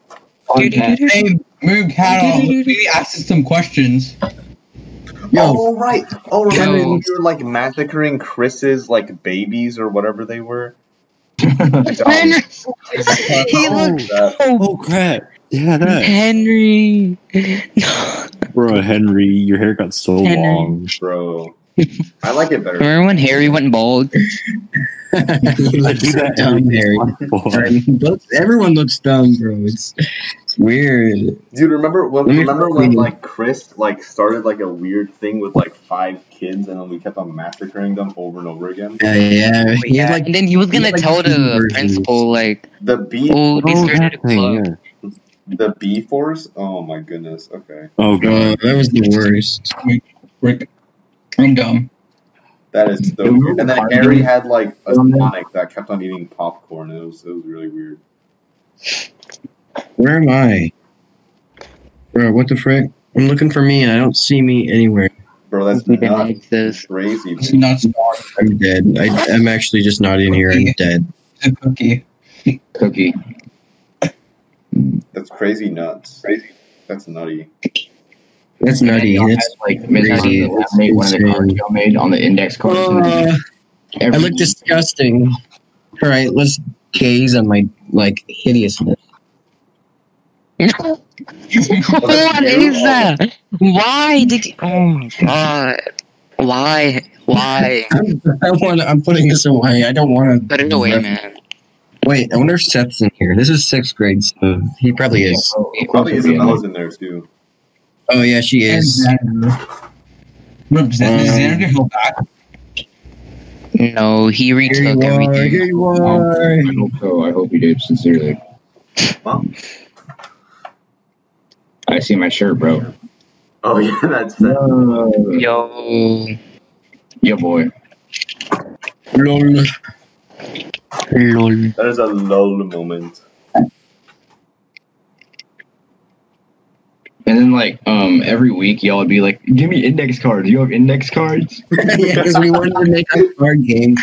E: Fun cat.
D: Hey, Moog, Harold, we asked some questions.
C: Oh right. Oh, remember
A: Yo.
C: when you were like massacring Chris's like babies or whatever
B: [laughs]
C: they were?
A: Henry, [laughs] he looks
C: That-
A: so
H: Oh crap! Yeah, that
A: Henry. [laughs]
H: bro, Henry, your hair got so
A: Henry.
H: long.
C: bro. I like
B: [laughs]
C: it better.
A: Remember when Harry went bald?
B: you
H: I
B: look
H: do
B: so
H: that
B: dumb, Harry.
H: Boy.
B: Sorry. Both, everyone looks dumb, bro. It's, it's weird.
C: Dude, remember when
B: Let me-
C: remember when like Chris like started like a weird thing with like five kids and then we kept on massacring them over and over again?
B: Uh, yeah, he had,
A: Oh, Yeah,
B: like
A: and then he was
B: he
A: gonna
B: had, like,
A: tell
B: two
A: the
B: versions.
A: principal like,
C: The B
A: "Oh, they started a club."
H: yeah.
C: the B force? Oh my goodness. Okay.
H: Oh god.
B: uh, that was the worst.
D: Rick, I'm dumb.
C: That is so
E: Remember
C: weird. And then
E: Cartoon?
C: Harry had like a
E: Remember?
C: Sonic that kept on eating popcorn and it was it was really weird.
B: Where am I, bro? What the frick? I'm looking for me, and I don't see me anywhere.
C: Bro, that's
A: We didn't
C: not
A: like this. [laughs]
C: crazy.
D: It's not smart.
B: I'm dead. I, I'm actually just not in here. I'm dead.
D: It's a cookie.
E: Cookie.
C: That's crazy nuts. Crazy. That's nutty.
B: That's nutty.
E: Dom
B: That's
E: has, like missing
B: crazy.
E: teeth that made one of the
B: Insane.
E: cards y'all made on the index cards.
B: Uh, I
E: Every-
B: look
E: [laughs]
B: disgusting. All right, let's gaze on my like hideousness.
A: what is that? Why did you? Oh my god! Why? Why?
B: I'm, [laughs] I want. I'm putting this away. I don't want to
A: Put it away, man.
B: Wait, I wonder if Seth's in here. This is sixth grade, so he probably is.
E: Oh, of course
C: Probably
E: it'd be in
C: Isabella's in there too.
B: Oh yeah, she is.
D: Remember,
A: Um,
D: Xander, Xander, he'll back.
A: No, he
B: Here
A: retook
B: you are. Here
A: everything.
B: you are. [laughs]
E: there. I hope so. I hope you did sincerely.
C: Mom?
E: I see my shirt, bro.
C: Oh yeah, [laughs] that's that.
A: Yo,
E: Yeah, boy.
B: Lol.
A: lol.
C: That is a lull moment.
E: And then like um every week y'all would be like, give me index cards. You have index cards?
B: Because we wanted to make a card game.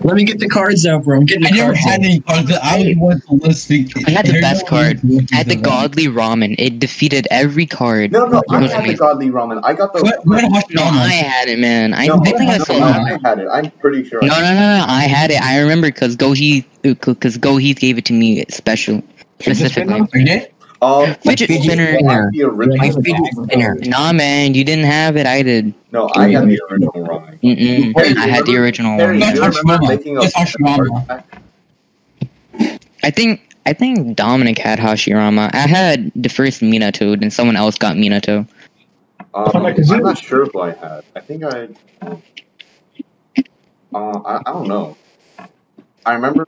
B: Let me get the cards out, bro. I'm getting
D: I
B: the
D: never
B: cards
D: had
B: out.
D: any cards. that I was one listing.
A: I had the
D: There's
A: best
D: no
A: card.
D: one
A: I had the
D: listing of
A: godly ramen. It defeated every card.
C: No, no, I
A: It was
C: had the
A: amazing.
C: godly ramen. I got the.
D: them. What? What? What?
A: No, I had it, man. I,
C: no,
A: I think I
C: no,
A: sold
C: I,
A: it.
C: had it. I'm pretty sure.
A: No, no, no, no. I had it. I remember because Gohee, because Gohee gave it to me special, specifically.
D: Forget?
C: Oh,
A: Fidget
C: I
A: spinner.
C: had the
B: My
C: original.
B: fidget spinner.
A: Nah, man, you didn't have it. I did.
C: No, I had the original ramen.
A: Mm-mm.
C: Wait,
A: I had the
C: remember-
A: original
C: Harry,
A: one.
C: do you
D: That's
C: remember
D: Hashirama.
C: making a?
D: That's Hashirama.
C: I-
A: I think I think Dominic had Hashirama. I had the first Minato, then someone else got Minato.
C: Um,
E: Oh, my
C: I'm
E: kazoo.
C: not sure if I had. I think I. Um, uh, I, I don't know. I remember.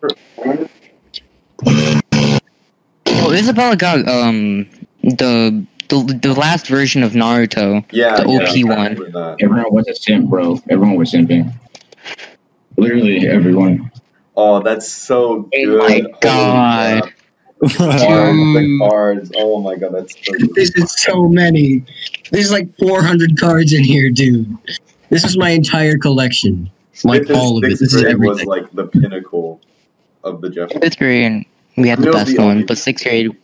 A: Oh, Isabella got um the the, the last version of Naruto.
C: Yeah.
A: The
C: yeah,
A: OP
C: I
A: one.
C: remember that.
E: Everyone was a simp, bro. Everyone was simping. Literally everyone.
C: Oh, that's
A: Oh
C: so good.
A: my
C: Holy
A: God.
C: crap. Cards,
B: Um,
C: the cards. Oh my god, that's so good.
B: This is so many. There's like 400 cards in here, dude. This is my entire collection. [laughs] Like
C: Fifth and
B: all of it.
C: sixth
B: This is
C: grade was
B: everything.
C: like the pinnacle of the Jeff.
A: Fifth grade, we had the
C: No,
A: best
C: the
A: one,
C: only-
A: but sixth grade,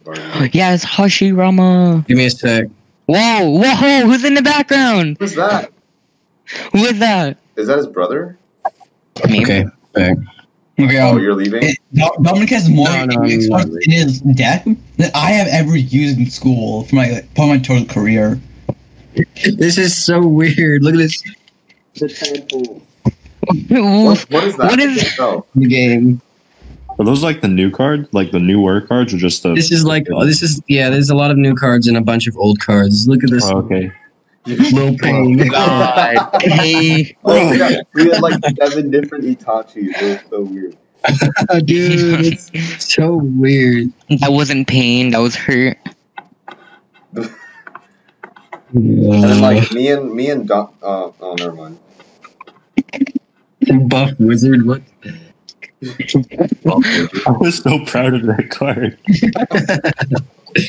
A: [gasps]
C: Who's
A: yes, Hashirama.
B: Give me a sec.
A: Whoa, whoa, who's in the background?
C: that?
A: Who is that?
C: Is that his brother?
A: Me.
B: Okay.
D: Okay,
C: Oh,
D: um,
C: you're
B: [laughs]
C: leaving?
D: it- Do- Dominic has more
B: No, no,
D: index
B: no,
D: cards
B: no.
D: in his deck than I have ever used in school for my for my total career.
B: This is so weird. Look at this
C: What, what is that?
A: What is-
B: [laughs]
C: Oh,
B: game.
H: [laughs] Are those like the new cards, like the newer cards, or just the?
B: This is like, oh, this is, yeah, there's a lot of new cards and a bunch of old cards. Look at this.
H: Oh, okay.
B: Little pain. [laughs]
A: God. hey,
C: Oh, yeah. We had like seven different Itachi. It was so weird.
B: Oh, [laughs] Dude, it's so weird.
A: that wasn't pain. That was hurt.
C: And then like me and me and Don, uh, oh never mind. [laughs]
B: buff wizard. What?
H: I was so proud of that card.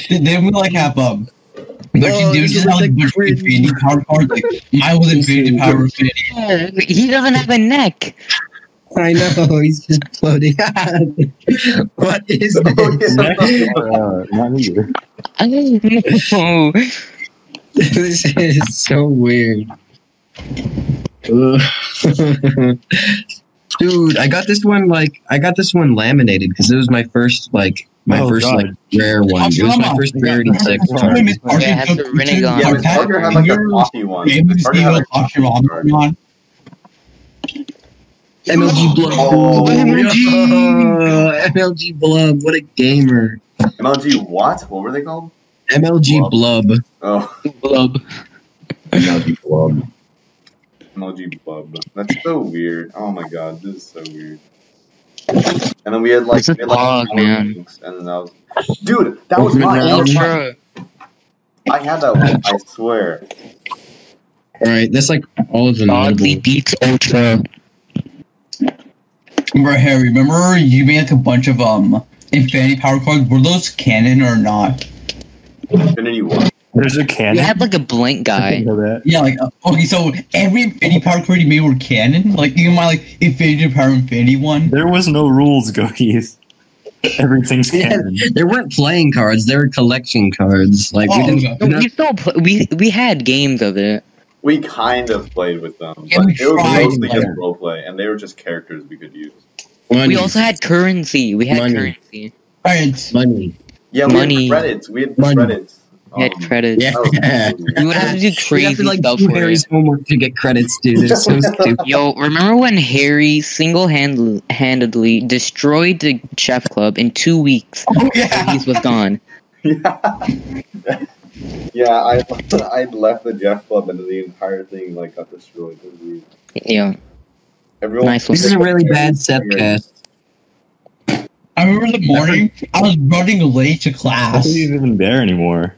D: They were like half up. But
B: Oh,
D: she, they
B: you
D: was just
B: look
D: like,
B: like
D: like
B: Grinch.
D: infinity power card. Like mine was infinity power infinity.
A: Yeah, he doesn't have a neck. [laughs]
B: I know he's just floating. [laughs] what [laughs] is
C: Oh,
B: this?
C: yeah.
H: Uh, not either.
A: I don't know.
B: [laughs] this is so weird. Ugh. [laughs] Dude, I got this one like I got this one laminated because it was my first like my
H: Oh,
B: first
H: God.
B: like rare one. It was my
D: Obama.
B: first rarity six
D: Her
B: card.
D: name is Archie-
A: Yeah, that's a
D: Archie-
A: Renegon.
C: Yeah,
A: Yeah,
C: but Parker had like a coffee one. Parker had like,
D: Archie-
B: MLG Blub.
C: Oh,
B: MLG. MLG Blub. What a gamer.
C: MLG what? What were they called?
B: MLG Blub.
C: Oh,
A: Blub.
C: MLG Bub. That's so weird. Oh my god, this is so weird. And then we had like,
A: This is
C: we had, like
A: odd,
C: four
A: man.
C: links, and then that was dude. That was mine. That was
A: Ultra.
C: mine. I had that one. I swear.
B: All right, that's like all of the
A: Oddly
B: notable.
A: beats Ultra.
D: Remember Harry? Remember you made like a bunch of um infinity power cards. Were those canon or not?
C: Infinity one.
H: There's a cannon.
A: You had like a blank
H: I
A: guy.
H: didn't know that.
D: Yeah, like uh, okay, so every infinity power card you made were canon. Like you might like infinity power infinity one.
H: There was no rules, Goaties. Everything's canon.
B: There weren't playing cards. There were collection cards. Like
D: Oh,
B: we didn't.
A: No, we still pl- we we had games of it.
C: We kind of played with them,
D: Yeah,
C: but
D: we
C: it was
D: tried.
C: mostly just roleplay, and they were just characters we could use.
A: We
B: Money.
A: also had currency. We had
B: Money.
A: currency.
D: Alright,
B: money.
C: Yeah, we
A: Money.
C: had credits. We had
B: Money.
C: credits.
A: We had
C: [laughs] Um,
A: credits.
B: Yeah.
C: that
B: [laughs]
C: was cool.
A: We would have to do
B: You
A: crazy
B: have to like
A: stuff
B: do
A: for it.
B: Harry's homework to get credits, dude. It's so stupid.
A: Yo, remember when Harry single-handedly destroyed the chef club in two weeks?
D: [laughs] oh yeah,
A: He was gone. [laughs]
C: yeah, I I left the Jeff Club and the entire thing like got destroyed. It was weird.
A: Yeah,
C: Everyone,
A: Nice one.
B: This is a really bad set cast.
D: I remember the morning I was running late to
H: How
D: class.
H: is he even there anymore?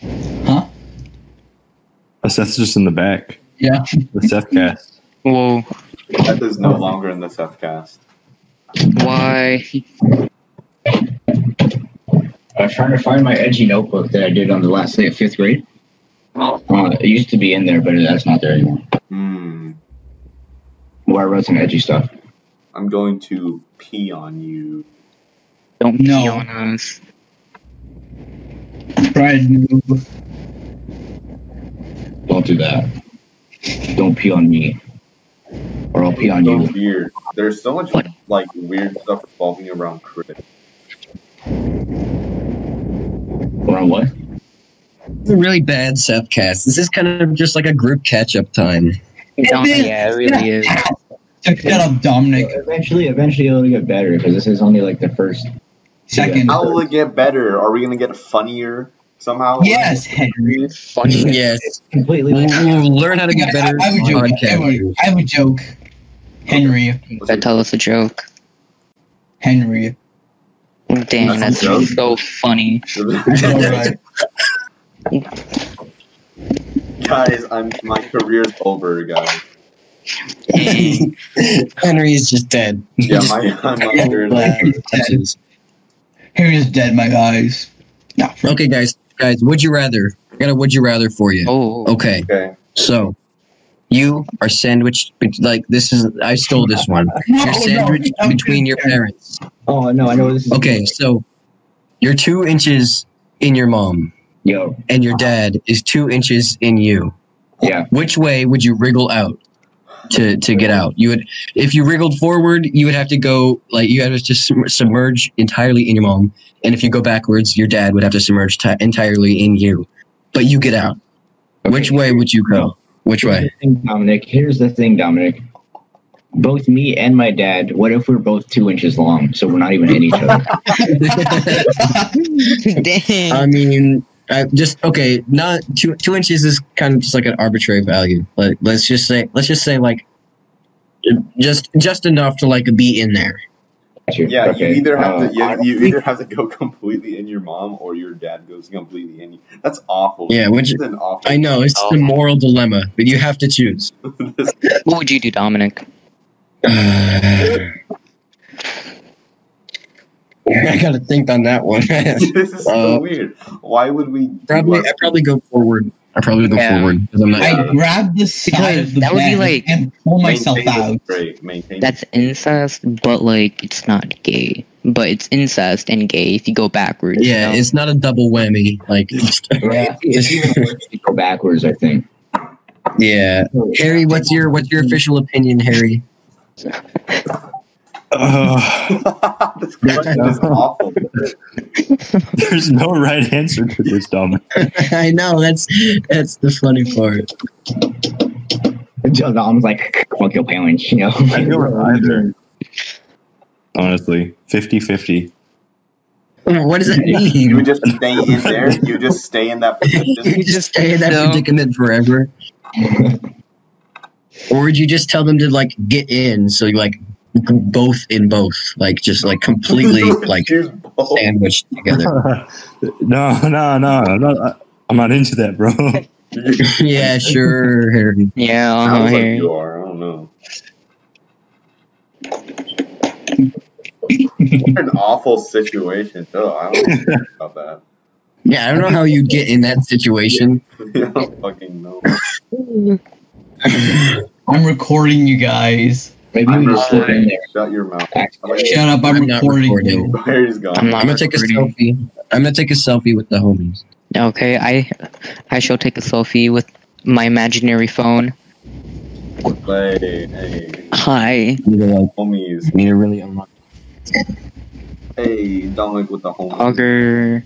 D: Huh?
H: Oh, Seth's just in the back.
D: Yeah.
H: The Seth cast.
A: Whoa,
C: Seth is no longer in the Seth cast.
A: why?
E: I was trying to find my edgy notebook that I did on the last day of fifth grade. Uh, it used to be in there, but that's not there anymore.
C: Hmm.
E: Where I wrote some edgy stuff.
C: I'm going to pee on you.
A: Don't
D: No.
A: pee on us.
D: Brian,
E: Don't do that. Don't pee on me, or I'll pee on
C: So
E: you.
C: weird. There's so much
A: What?
C: like weird stuff revolving around credits.
E: Or on what?
B: It's a really bad set cast. This is kind of just like a group catch up time.
A: Don't- yeah, it really is.
D: check that up, Dominic.
E: Eventually, eventually it'll get better because this is only like the first.
D: Second,
C: How will it get better? Are we gonna get funnier somehow?
D: yes, Henry.
A: Funny.
B: Yes.
E: Completely.
B: We'll, we'll learn how to get better
D: I, I have a joke.
B: on
D: I have
B: camera.
D: a- I have a joke. Henry,
A: That tell us a joke.
D: Henry.
A: Damn, that's
C: That's a joke.
A: so funny.
C: [laughs]
D: Alright.
C: guys, I'm my career's over, guys.
A: Dang.
B: Henry is just dead.
C: Yeah,
B: [laughs]
C: my, my career's over.
D: Henry is dead, my guys. No,
B: okay, guys. Guys, would you rather? I got a would you rather for you.
A: Oh,
B: Okay,
C: Okay.
B: so you are sandwiched. bet- Like this is I stole this one. You're sandwiched between your parents.
E: Oh no, I know this is.
B: Okay, so you're two inches in your mom,
E: Yo,
B: and your dad is two inches in you.
E: Yeah.
B: Which way would you wriggle out to to get out? You would, if you wriggled forward, you would have to go like you had to just sum- submerge entirely in your mom, and if you go backwards, your dad would have to submerge ti entirely in you. But you get out. Which way would you go? Which
E: Here's [laughs]
B: way?
E: the thing, Dominic, here's the thing, Dominic. Both me and my dad, what if we're both two
C: [laughs]
E: inches long, so we're not even in each other?
A: [laughs] dang.
B: I mean, I just okay. Not two two inches is kind of just like an arbitrary value. Like let's just say let's just say like just just enough to like be in there.
C: Yeah, you either have
E: uh,
C: to you,
E: I-
C: you either have to go [laughs] completely in your mom or your dad goes completely in you. That's awful.
B: Yeah, which-
C: That's an awful.
B: I know it's the moral dilemma, but you have to choose.
C: [laughs] This-
A: What would you do, Dominic?
B: I gotta think on that one. [laughs]
C: this is [laughs] so
B: Uh,
C: weird. Why would we? do
B: probably,
C: that?
B: I probably go forward. I probably go
A: Yeah.
B: forward because I'm not.
D: I grabbed the side
A: Because
D: of the
A: that would be
D: bed
A: like-
D: and pull myself
C: Maintain the
D: out.
C: straight, Maintain.
A: That's incest, but like it's not gay. But it's incest and gay if you go backwards. you
B: yeah,
A: know?
B: it's not a double whammy. Like, [laughs]
E: Yeah, it's even worse if you go backwards. I think.
B: yeah. Harry, what's your what's your official opinion, Harry?
H: Uh,
C: [laughs] this question is awful.
H: [laughs] there's no right answer to this, Dominic.
B: [laughs] I know that's that's the funny part.
E: Until Dom's like, fuck your parents,
C: [laughs]
E: you know?
H: I feel like either. Honestly, 50 50.
B: What does that
C: You
B: mean?
C: would just stay in there. You just stay in that
B: you [laughs]
C: position.
B: just stay in that
A: No.
B: predicament [laughs] forever, or would you just tell them to like get in? So you like both in both, like just like [laughs] completely like
C: Choose both.
B: sandwiched [laughs] together.
H: no, no, no. I'm not, I'm not into that, bro.
B: yeah, sure, Harry.
A: yeah, uh-huh,
C: Sounds like
A: Harry.
C: you are. I don't know. what an awful situation. though. I don't know about that. [laughs]
B: Yeah, I don't know how you get in that situation.
C: I don't fucking know.
D: I'm recording you guys.
E: Maybe
C: I'm
E: you just slip in
C: recording.
E: there.
C: Shut your mouth. How about
D: Shut up, I'm,
B: I'm not
D: recording,
B: recording.
D: you.
C: you? Harry's gone.
A: I'm
B: I'm
A: not
B: gonna take a
A: recording.
B: selfie. I'm gonna take a selfie with the homies.
A: Okay, I I shall take a selfie with my imaginary phone.
C: Hey, hey,
A: Hi.
B: Need to like,
C: homies.
B: need to really unlock.
C: Hey, Dominic with the homies.
A: Auger.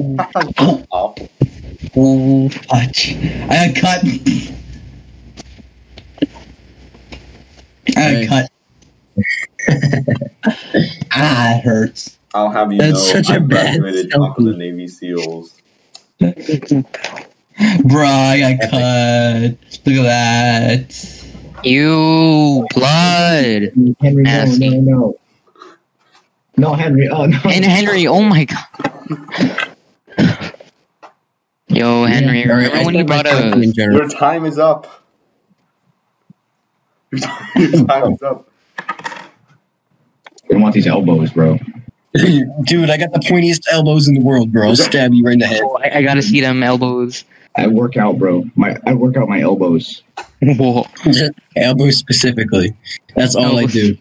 C: Awful.
A: Ooh.
D: Watch. I got cut. I
B: Hey.
D: got cut. ah, it hurts.
C: I'll have you
B: That's
C: know
B: such a
C: I
A: [laughs]
B: bad
C: graduated top of the
B: selfie.
C: Navy SEAls.
D: Bruh, I got cut. Look at that.
A: You blood.
E: Henry, no,
A: Nasty.
E: no, no. No, Henry. Oh, no.
A: And Henry, oh my god. Yo, Henry, remember when you brought up
B: in general? [laughs]
C: Your time is up. [laughs] Your time your time is up.
E: I want these elbows, bro.
B: Dude, I got the pointiest elbows in the world, bro. I'll stab you right in the head.
A: Oh, I, I gotta see them
C: [laughs]
A: elbows.
E: I work out, bro. My I work out my elbows.
A: Whoa.
B: [laughs] elbows specifically. That's all I do.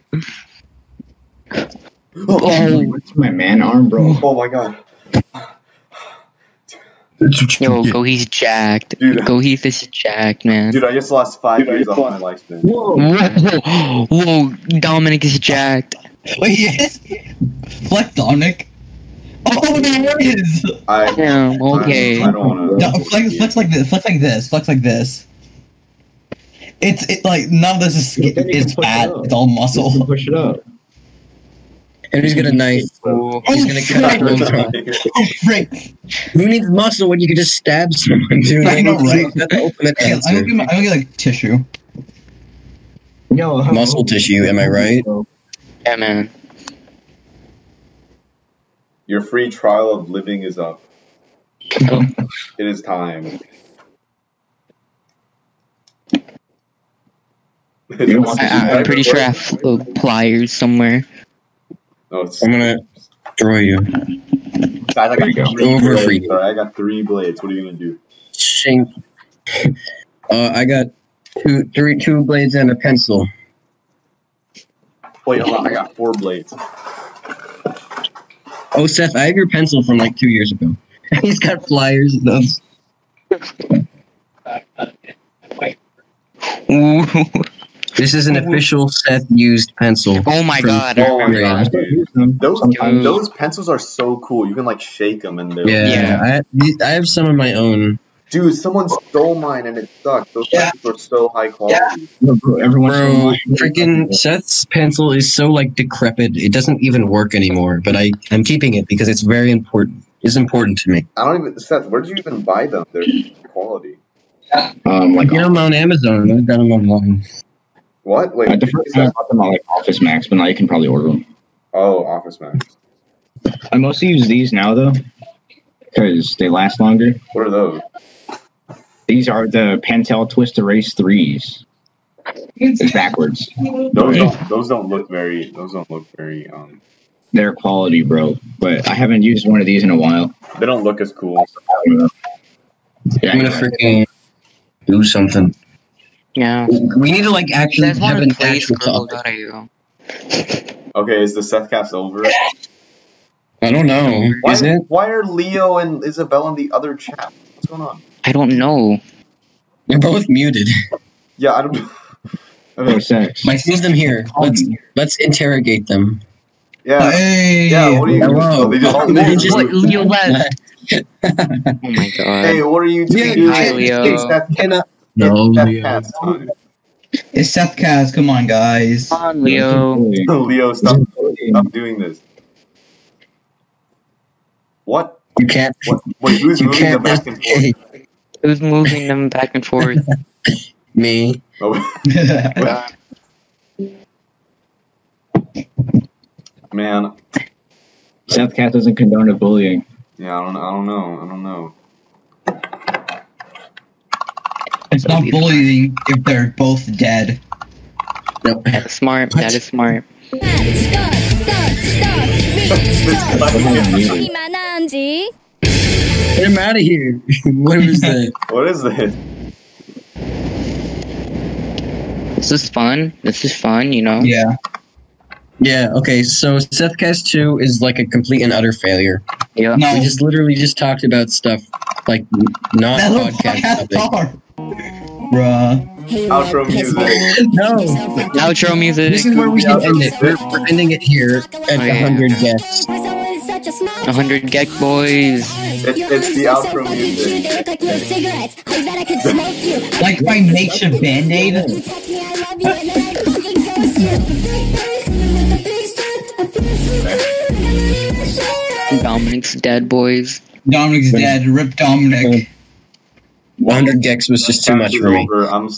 A: Oh,
E: What's my man arm, bro?
C: Oh my god.
A: yo, go he's jacked.
C: Dude.
A: Go he's is jacked, man.
C: Dude, I just lost five years off my lifespan.
A: Whoa,
E: Whoa!
A: [gasps] whoa, Dominic is jacked.
D: Wait, yes. Flex Dominic. Oh, there it is.
C: I,
A: Damn,
C: I, I
A: okay. [laughs]
C: don't want
D: No, flex, flex like this. Flex like this. Flex like this. It's it like none of this is
E: Yeah, then you
D: is
E: can push it
D: fat.
E: up.
D: It's all
E: [laughs]
D: muscle.
E: Push it up.
B: And he's got a knife.
A: Ooh.
B: He's gonna cut
D: Oh,
B: both arms.
C: to.
D: Frick.
B: Who needs muscle when you can just stab someone, dude?
D: I know, right?
B: That's the ultimate
D: Okay, I'm
B: answer.
D: gonna get my, I'm gonna get like tissue.
E: Yo, how-
B: Muscle tissue, am I right?
A: Yeah, man.
C: [laughs] Your free trial of living is up. it
A: [laughs]
C: is time.
E: don't want
A: I, I, I'm pretty sure I have uh, pliers somewhere.
C: No, it's,
B: I'm gonna throw you.
C: guys, I got
E: you go.
C: three
B: Over
C: blades,
B: for you.
C: sorry, I got three blades. What are you gonna do?
B: Shink. [laughs] Uh, I got two, three, two blades and a pencil.
C: Wait, hold on. I got four blades.
B: Oh, Seth, I have your pencil from like two years ago. [laughs] He's got flyers. and those.
A: Ooh.
B: This is an official Seth used pencil.
A: Oh my
B: From-
A: god.
C: Oh my
B: Yeah.
C: god, dude. Those
A: Sometimes.
C: those pencils are so cool. You can like shake them and they're
B: Yeah,
A: Yeah.
B: I, I have some of my own.
C: Dude, someone stole mine and it sucked. Those
D: Yeah.
C: pencils are so high quality.
E: No, bro, everyone's
B: Bro, freaking Seth's pencil is so like decrepit. It doesn't even work anymore. But I, I'm keeping it because it's very important. It's important to me.
C: I don't even Seth, where did you even buy them? They're quality.
E: um,
B: I
E: like
B: get them on Amazon. I got them online.
C: What? Wait.
E: at the first time I bought them on like Office Max, but now you can probably order them.
C: Oh, Office Max.
E: I mostly use these now though, because they last longer.
C: What are those?
E: These are the Pentel Twist Erase threes. It's backwards.
C: Those don't, those don't look very. Those don't look very. Um,
E: They're quality, bro. But I haven't used one of these in a while.
C: they don't look as cool.
E: Yeah,
B: I'm gonna freaking do something.
A: Yeah.
B: We need to like actually
A: There's
B: have
A: one
B: an
A: place
B: actual topic.
A: Google.io.
C: Okay, is the Seth cast over?
B: I don't know.
C: Why,
B: Is it?
C: why are Leo and Isabel in the other chat? What's going on?
A: I don't know.
B: They're both muted. [laughs]
C: Yeah, I don't. [laughs] I
E: no
C: mean,
E: sex.
B: I sneeze them here. Let's let's interrogate them.
C: yeah,
D: Hey.
C: yeah. What are you? Oh,
B: Hello.
C: They just,
B: They just-
A: What, Leo left? oh my god.
C: hey, what are you two
B: Yeah,
C: doing?
A: hi, Leo.
C: It's Seth,
B: Cannot.
C: it's Seth
B: Leo.
C: cast time.
D: It's Seth Kaz. Come on, guys.
A: Come
D: [laughs]
A: on, Leo.
C: Leo, stop, stop doing this. What?
B: You can't.
C: What? Wait, who's
B: You
C: moving the
B: can't.
C: back
B: [laughs]
C: and forth?
A: Who's moving them back and forth? [laughs]
B: Me.
C: Oh, [laughs] man,
E: South Cat doesn't condone of bullying.
C: yeah, I don't, I don't know, I don't know.
D: it's not bullying if they're both dead.
B: Nope.
A: That's smart. That is smart.
B: Get him out of here. [laughs] what was that?
C: What is this?
A: This is fun. This is fun, you know?
D: Yeah.
B: Yeah. Okay. So Sethcast two is like a complete and utter failure.
A: Yeah.
D: No.
B: We just literally just talked about stuff like n- not
D: That's what
B: podcast
D: podcasts [laughs]
B: topic.
D: are. Bruh.
C: Outro music.
B: No.
A: Outro music.
B: This is where we should end it. We're, we're ending it here at
A: Oh, yeah.
B: hundred guests.
A: 100 Gek Boys.
C: It's, it's the outro music.
D: Like my makeshift band [laughs] aid.
A: Dominic's Dead Boys.
D: Dominic's dead. Rip Dominic.
B: Hundred gex was just too much for me.
C: Over. I'm